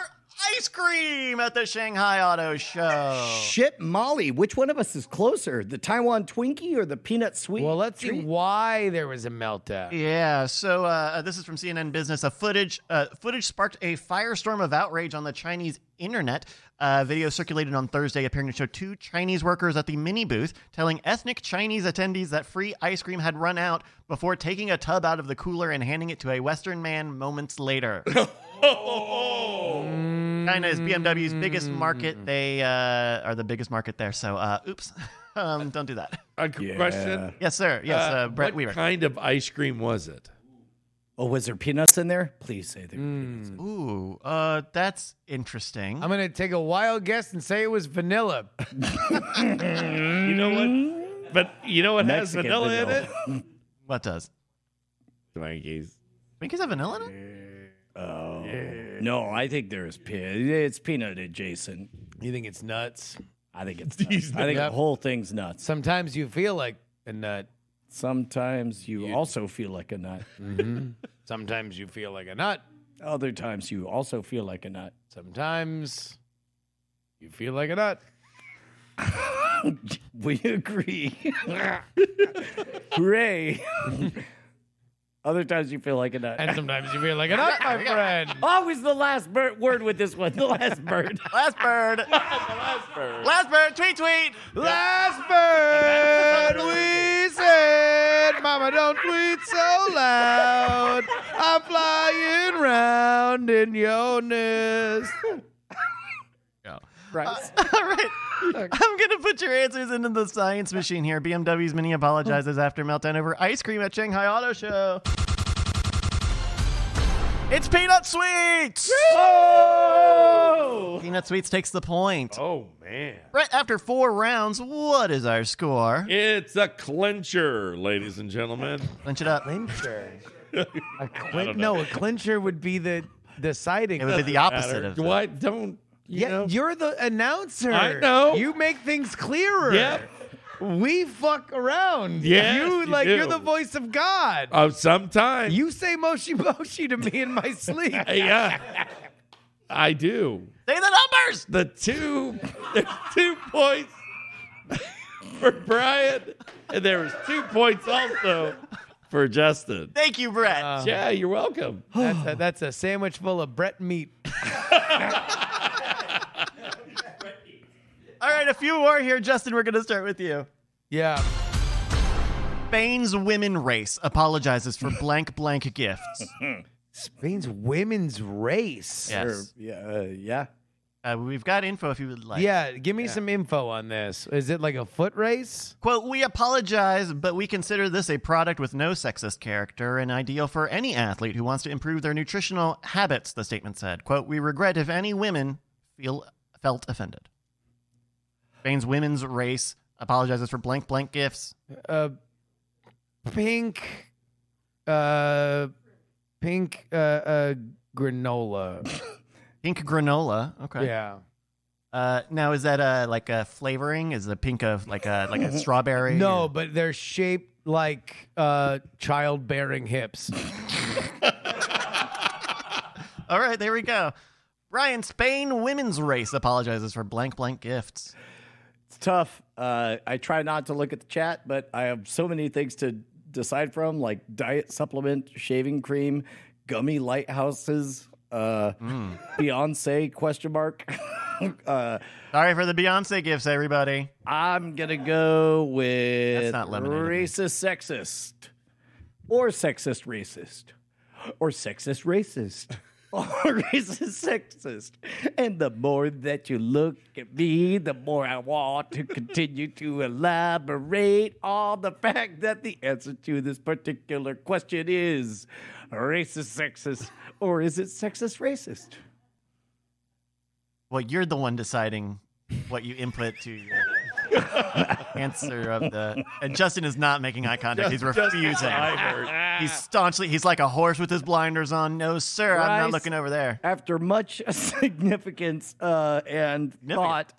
ice cream at the Shanghai Auto Show.
Shit, Molly, which one of us is closer? The Taiwan Twinkie or the Peanut Sweet?
Well, let's see
treat?
why there was a meltdown.
Yeah, so uh, this is from CNN Business. A footage uh, footage sparked a firestorm of outrage on the Chinese internet. Uh, video circulated on Thursday, appearing to show two Chinese workers at the mini booth telling ethnic Chinese attendees that free ice cream had run out before taking a tub out of the cooler and handing it to a Western man moments later. China is BMW's biggest market. They uh, are the biggest market there. So, uh, oops, um, don't do that.
A c- question.
Yes, sir. Yes, uh, Brett
what
Weaver.
kind of ice cream was it?
Oh, was there peanuts in there? Please say there.
Mm.
Ooh, uh, that's interesting.
I'm gonna take a wild guess and say it was vanilla.
You know what? But you know what
Mexican
has vanilla,
vanilla.
in it?
what does?
Twinkies.
Twinkies have vanilla in it?
Oh. No, I think there's peanut. It's peanut adjacent.
You think it's nuts?
I think it's. Nuts. I think the
nuts.
whole thing's nuts.
Sometimes you feel like a nut.
Sometimes you also feel like a nut.
Sometimes you feel like a nut.
Other times you also feel like a nut.
Sometimes you feel like a nut.
We agree. Hooray. Other times you feel like a nut.
And sometimes you feel like a nut, my friend.
Always the last bird word with this one. The last bird.
Last bird. Last bird. Last bird. Tweet, tweet.
Last bird we said, Mama, don't tweet so loud. I'm flying round in your nest.
All right. I'm going to put your answers into the science machine here. BMW's Mini apologizes after meltdown over ice cream at Shanghai Auto Show. It's Peanut Sweets! Peanut Sweets takes the point.
Oh man.
Brett, after four rounds, what is our score?
It's a clincher, ladies and gentlemen.
Punch it up.
A clin- no, a clincher would be the deciding.
It would be the opposite of that.
Why don't you
yeah,
know?
you're the announcer.
I know.
You make things clearer.
Yep.
We fuck around.
Yes,
you Uh,
you
like
do.
you're the voice of God.
Oh, sometimes. Uh,
you say moshi moshi to me in my sleep.
yeah. I do.
Say the numbers!
The two there's two points for Brian, and there was two points also for Justin.
Thank you, Brett.
Yeah, you're welcome.
That's a, that's a sandwich full of Brett meat.
All right, a few more here. Justin, we're going to start with you.
Yeah.
Spain's women race apologizes for blank blank gifts.
Spain's women's race.
Yes.
Yeah. Uh, yeah.
Uh, we've got info if you would like.
Yeah, give me some info on this. Is it like a foot race?
Quote, we apologize, but we consider this a product with no sexist character and ideal for any athlete who wants to improve their nutritional habits, the statement said. Quote, we regret if any women feel felt offended. Spain's women's race apologizes for blank blank gifts.
Uh pink uh pink uh uh granola.
Pink granola. Okay.
Yeah.
Uh, now is that a like a flavoring? Is the pink of like a like a strawberry?
No, but they're shaped like uh childbearing hips.
All right, there we go. Brian Spain women's race apologizes for blank blank gifts.
It's tough. Uh, I try not to look at the chat, but I have so many things to decide from, like diet supplement, shaving cream, gummy lighthouses, uh, Beyonce question mark. uh,
Sorry for the Beyonce gifts, everybody.
I'm gonna go with
That's not lemonade, I think.
racist, sexist, or sexist, racist, or sexist, racist, or racist, sexist. And the more that you look at me, the more I want to continue to elaborate on the fact that the answer to this particular question is racist, sexist, or is it sexist, racist?
Well, you're the one deciding what you input to your answer of the. And Justin is not making eye contact. He's refusing. He's staunchly. He's like a horse with his blinders on. No, sir, I'm not
Rice.
looking over there.
after much significance uh, and thought,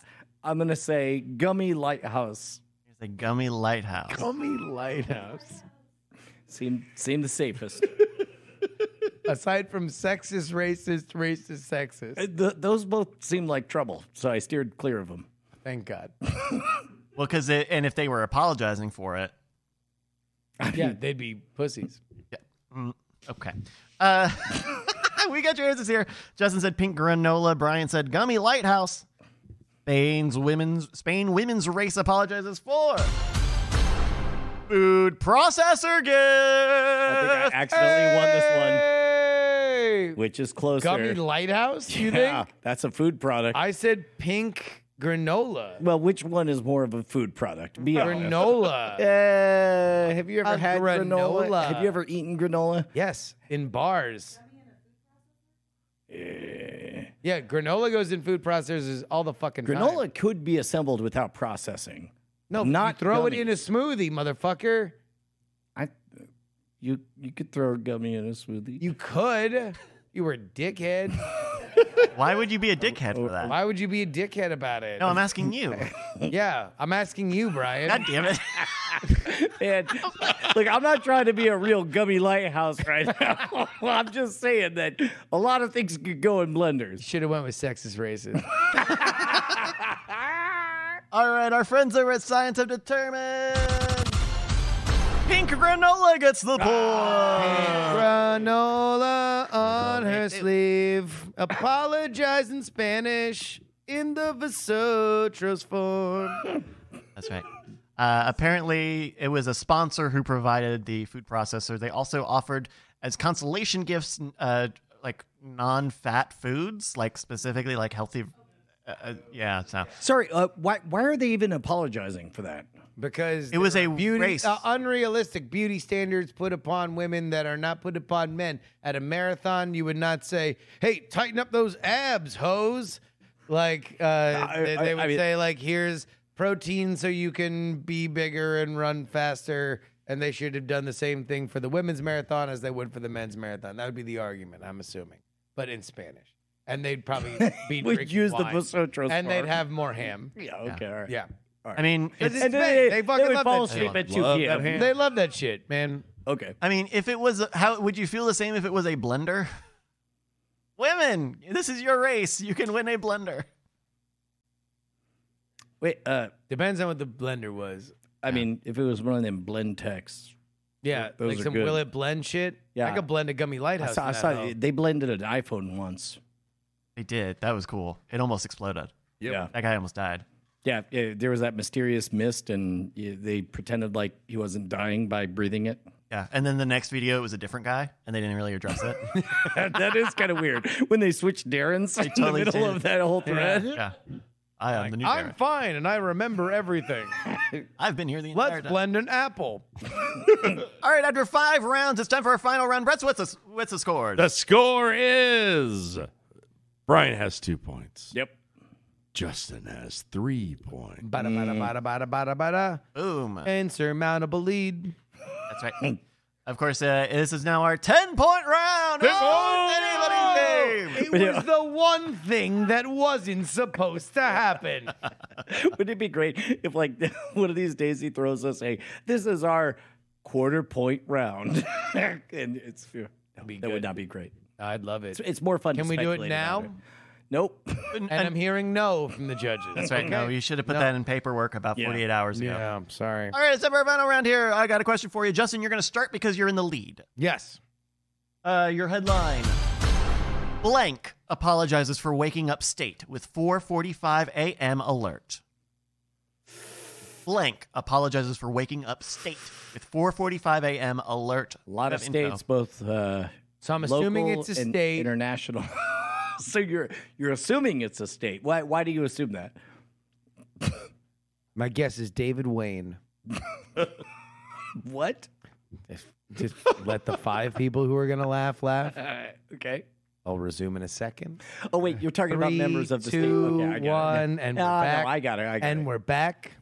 I'm going to say Gummy Lighthouse
It's a gummy lighthouse.
seemed, seemed the safest.
Aside from sexist, racist, racist, sexist.
Th those both seemed like trouble, so I steered clear of them.
Thank God.
Well, because and if they were apologizing for it,
Yeah, they'd be pussies.
Mm. Okay. Uh, we got your answers here. Justin said pink granola. Brian said gummy lighthouse. Spain's women's Spain women's race apologizes for food processor gift.
I think I accidentally won this one.
Hey! say
which is closer.
gummy lighthouse? You
yeah,
think?
that's a food product.
I said pink granola.
well, which one is more of a food product? Be honest.
Granola.
Uh, have you ever
A
had granola?
granola.
Have you ever eaten granola?
Yes, in bars. Yeah, granola goes in food processors all the fucking time.
Granola could be assembled without processing.
No,
not
not throw
gummy.
it in a smoothie, motherfucker.
I, you you could throw a gummy in a smoothie.
You could. You were a dickhead.
Why would you be a dickhead for that?
Why would you be a dickhead about it?
No, I'm asking you.
yeah, I'm asking you, Brian.
God damn it.
And look, I'm not trying to be a real gummy lighthouse right now. I'm just saying that a lot of things could go in blenders.
Should have went with sexist racist.
All right, our friends over at Science Have Determined. Pink granola gets the point.
Granola on her sleeve. Apologize in Spanish in the Vesotros form.
That's right. Uh, apparently, it was a sponsor who provided the food processor. They also offered as consolation gifts, uh, like non-fat foods, like specifically like healthy. Uh, uh, yeah, so
Sorry, uh, why why are they even apologizing for that?
Because
It was
there
a
are beauty,
race.
uh, unrealistic beauty standards put upon women that are not put upon men. At a marathon, you would not say, "Hey, tighten up those abs, hoes." Like uh, they,
I-
they would
I mean-
say, "Like here's protein so you can be bigger and run faster." And they should have done the same thing for the women's marathon as they would for the men's marathon. That would be the argument, I'm assuming, but in Spanish. And they'd probably be
We'd
drinking
use the
wine.
Vosotros
and they'd
farm.
have more ham.
Yeah, okay, all right.
Yeah.
I mean,
It's,
And then they,
they
they,
fucking
would
love
fall
that shit.
asleep at 2
Love
p.m.
They love that shit, man.
Okay.
I mean, if it was, how would you feel the same if it was a blender? Women, this is your race. You can win a blender.
Wait, uh,
Depends on what the blender was.
I mean, if it was one of them blend techs,
Yeah,
Those
like
are
some
good.
will it blend shit. I
Yeah.
could blend a gummy
I
lighthouse.
saw, I
in that,
saw
though.
they blended an iPhone once.
They did. That was cool. It almost exploded.
Yeah.
That guy almost died.
Yeah, yeah, there was that mysterious mist, and yeah, they pretended like he wasn't dying by breathing it.
Yeah. And then the next video, it was a different guy, and they didn't really address it.
that is kind of weird when they switched Darren's in the
totally
middle
did.
of that whole thread.
yeah. I am the new
I'm
Darren.
fine and I remember everything.
I've been here the entire
Let's
time.
blend an apple.
All right, after five rounds, it's time for our final round. Brett's what's the what's the score?
The score is Brian has two points.
Yep.
Justin has three points.
Bada bada
Mm.
bada bada bada bada.
Boom.
Insurmountable lead.
That's right. Of course, uh, this is now our ten point round. Oh, it's anybody's game.
It was the one thing that wasn't supposed to happen.
Wouldn't it be great if, like, one of these days he throws us a "This is our quarter point round," and it's that would not be great.
I'd love it.
It's, it's more fun.
Can
to
we do it
speculate about
now?
it. Nope.
And I'm hearing no from the judges.
That's right. No, you should have put that in paperwork about 48 hours ago.
Yeah, I'm sorry.
All right, it's time for our final round here. I got a question for you. Justin, you're going to start because you're in the lead.
Yes.
Uh, your headline. Blank apologizes for waking up state with 4:45 a.m. alert. Blank apologizes for waking up state with 4:45 a.m. alert.
A lot of
That info.
states, both. Uh,
So I'm assuming
local
it's a
and
state.
international. so you're you're assuming it's a state. Why why do you assume that?
My guess is David Wayne.
What?
Just let the five people who are going to laugh laugh.
Okay.
I'll resume in a second.
Oh wait, you're talking about
Three,
members of the
two,
state. Okay, I got it.
one,
Yeah.
and
Ah,
we're back.
No, I got it. I got
and
it.
we're back.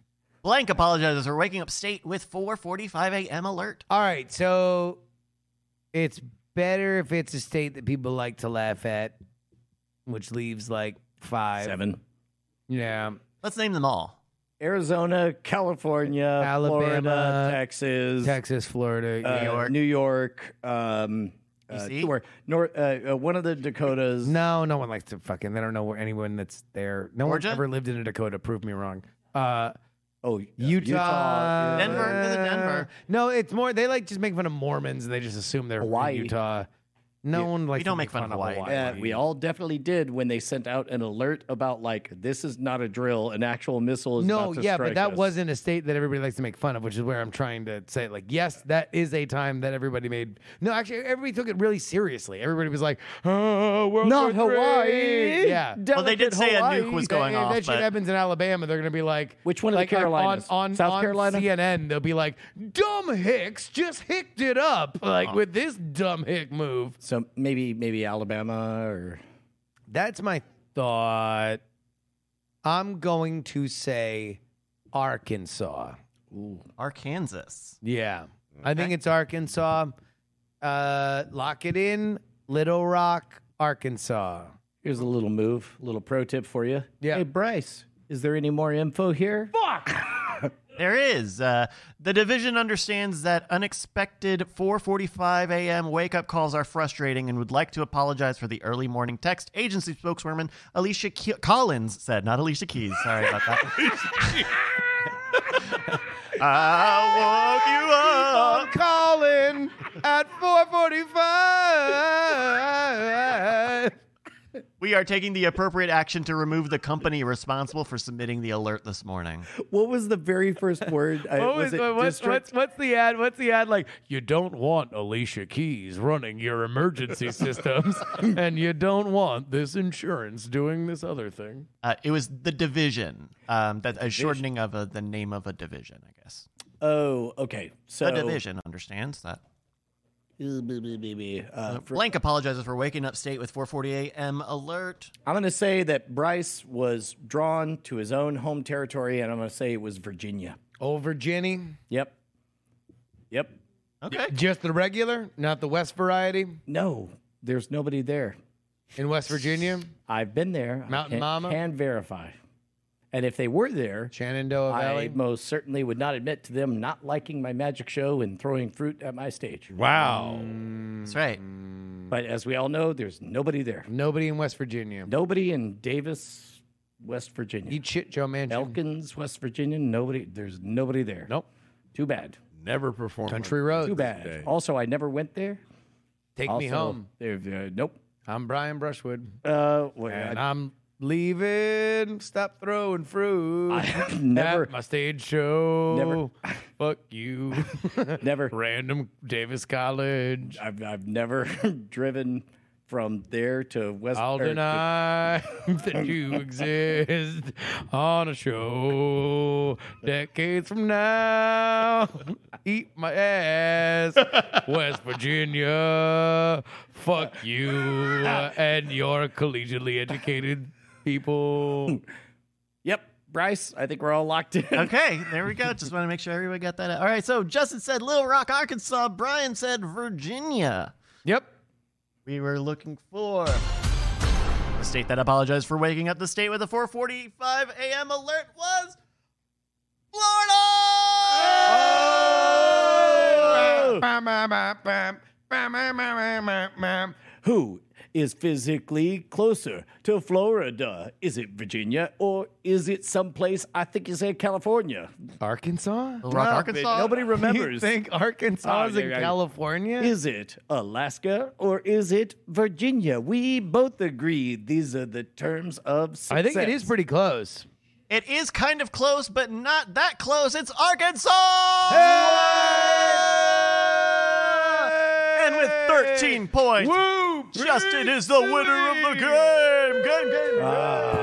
Blank apologizes for waking up state with 4:45 a.m. alert.
All right, so it's better if it's a state that people like to laugh at, which leaves like five.
seven.
Yeah.
Let's name them all.
Arizona, California,
Alabama,
Florida, Texas,
Texas, Florida.
uh,
yeah.
York.
New York. Um, uh,
DC?
where- nor- uh, uh, one of the Dakotas.
No, no one likes to fucking. They don't know where anyone that's there. No
Georgia?
one ever lived in a Dakota. Prove me wrong. Uh,
Oh,
Utah,
Utah,
Denver,
uh,
Denver.
No, it's more they like just make fun of Mormons and they just assume they're from
Hawaii.
Utah. No one likes.
don't
to
make fun of Hawaii.
Yeah, we all definitely did when they sent out an alert about like this is not a drill, an actual missile is
No,
about to
yeah, but
strike
that
us.
wasn't a state that everybody likes to make fun of, which is where I'm trying to say, like, yes, that is a time that everybody made. No, actually, everybody took it really seriously. Everybody was like, "Oh, World
not
War
Hawaii.
III." Yeah,
Well, they did say a
Hawaii.
nuke was going
if
off,
That shit
but-
happens in Alabama. They're gonna be like,
Which one of the
like, if
Carolinas?
On, on
South
on
Carolina?
CNN, they'll be like, "Dumb Hicks just hicked it up, like with this dumb hick move."
So maybe maybe Alabama or
That's my thought. I'm going to say Arkansas.
Arkansas.
Yeah. I think it's Arkansas. Uh, lock it in. Little Rock, Arkansas.
here's a little move, little pro tip for you.
Yeah.
Hey Bryce, is there any more info here?
There is. Uh, the division understands that unexpected 4:45 a.m. wake-up calls are frustrating and would like to apologize for the early morning text. Agency spokeswoman Alicia Ke- Collins said, not Alicia Keys. Sorry about that. I woke you up.
Calling at 445.
We are taking the appropriate action to remove the company responsible for submitting the alert this morning.
What was the very first word? I-
What
was
was,
it
what- what's,
district?
what's, what's the ad? What's the ad like? You don't want Alicia Keys running your emergency systems, and you don't want this insurance doing this other thing.
Uh, it was the division. Um, that a shortening of a, the name of a division, I guess.
Oh, okay. So
The division understands that.
Oh.
Uh, for-
Blank apologizes for waking up state with 4:40 a.m. alert.
I'm going to say that Bryce was drawn to his own home territory, and I'm going to say it was Virginia.
Over Jenny.
Yep. Yep.
Okay.
Just the regular, not the West variety
No, there's nobody there.
in West Virginia.
I've been there. I
Mountain
can,
Mama?
Can verify. And if they were there,
Shenandoah
I
Valley.
most certainly would not admit to them not liking my magic show and throwing fruit at my stage.
Wow.
That's right.
Mm-hmm. But as we all know, there's nobody there.
Nobody in West Virginia.
Nobody in Davis, West Virginia.
Eat shit, Joe Manchin.
Elkins, West Virginia. Nobody. There's nobody there.
Nope.
Too bad.
Never performed.
Country
Too
Road.
bad. Also, I never went there.
Take me
Also,
home.
there- Uh, nope.
I'm Brian Brushwood.
Uh, well,
And
I,
I'm leaving. Stop throwing fruit.
I have never,
At my stage show. Never. Fuck you.
never,
Random Davis College.
I've, I've never driven from there to West.
I'll
or to-
deny that
Um,
you exist on a show decades from now. Eat my ass, West Virginia. Fuck you and your collegiately educated people.
Yep, Bryce. I think we're all locked in.
Okay, there we go. Just want to make sure everybody got that out. All right, so Justin said Little Rock, Arkansas. Brian said Virginia.
Yep.
We were looking for the state that apologized for waking up the state with a 4:45 a.m. alert was Florida.
Who is physically closer to Florida? Is it Virginia or is it someplace? I think you said California.
Arkansas?
Little Rock, Arkansas.
Nobody
You
remembers.
think Arkansas
Oh,
is in
yeah, yeah.
California?
Is it Alaska or is it Virginia? We both agree these are the terms of success.
I think it is pretty close.
It is kind of close, but not that close. It's Arkansas! And with 13 points, Justin is the winner of the game. Game, game,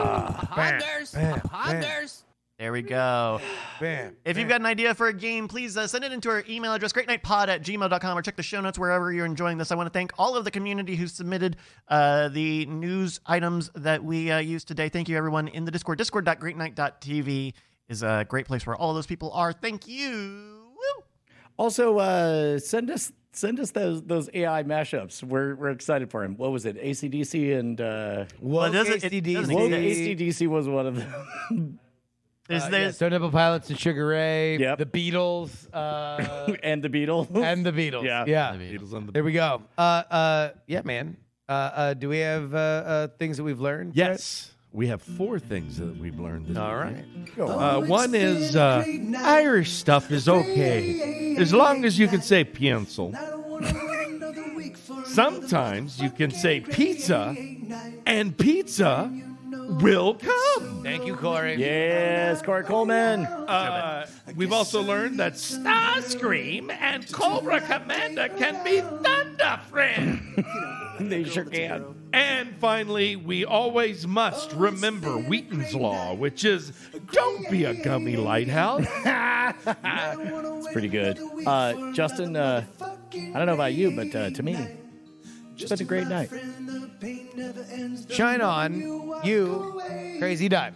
game.
Huggers! Huggers!
Ah. There we go.
Bam.
If you've got an idea for a game, please uh, send it into our email address, greatnightpod at gmail.com, or check the show notes wherever you're enjoying this. I want to thank all of the community who submitted uh, the news items that we uh, used today. Thank you, everyone, in the Discord. Discord.greatnight.tv is a great place where all those people are. Thank you. Woo.
Also, uh, send us send us those those AI mashups. We're we're excited for him. What was it? ACDC and uh,
Well, it doesn't- it
ACDC.
doesn't
well,
exist.
ACDC was one of them.
Is
Uh, yeah,
there,
Stone Temple Pilots and Sugar Ray,
Yep.
the Beatles, uh,
and the Beatles.
and the Beatles.
Yeah.
yeah.
Beatles on the
There we go. Uh, uh, yeah, man. Uh, uh, do we have uh, uh, things that we've learned?
Yes. We have four things that we've learned this
All
week.
right.
Uh, one is uh, Irish stuff is okay as long as you can say pienso. Sometimes you can say pizza, and pizza will come.
Thank you, Corey.
Yes, Corey Coleman.
Uh, we've also learned that Starscream and Cobra Commander can be Thunder Friend.
they sure can.
And finally, we always must remember Wheaton's Law, which is don't be a gummy lighthouse.
It's pretty good. Uh, Justin, uh, I don't know about you, but uh, to me, it's been a great night.
Shine on, you crazy dime.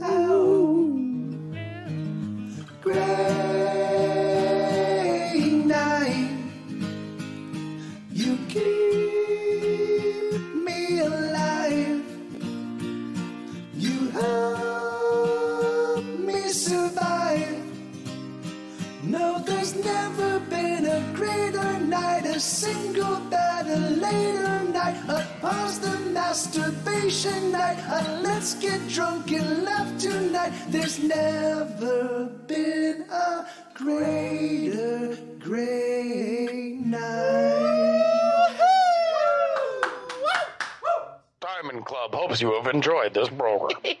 Oh. Diamond Club hopes you have enjoyed this program.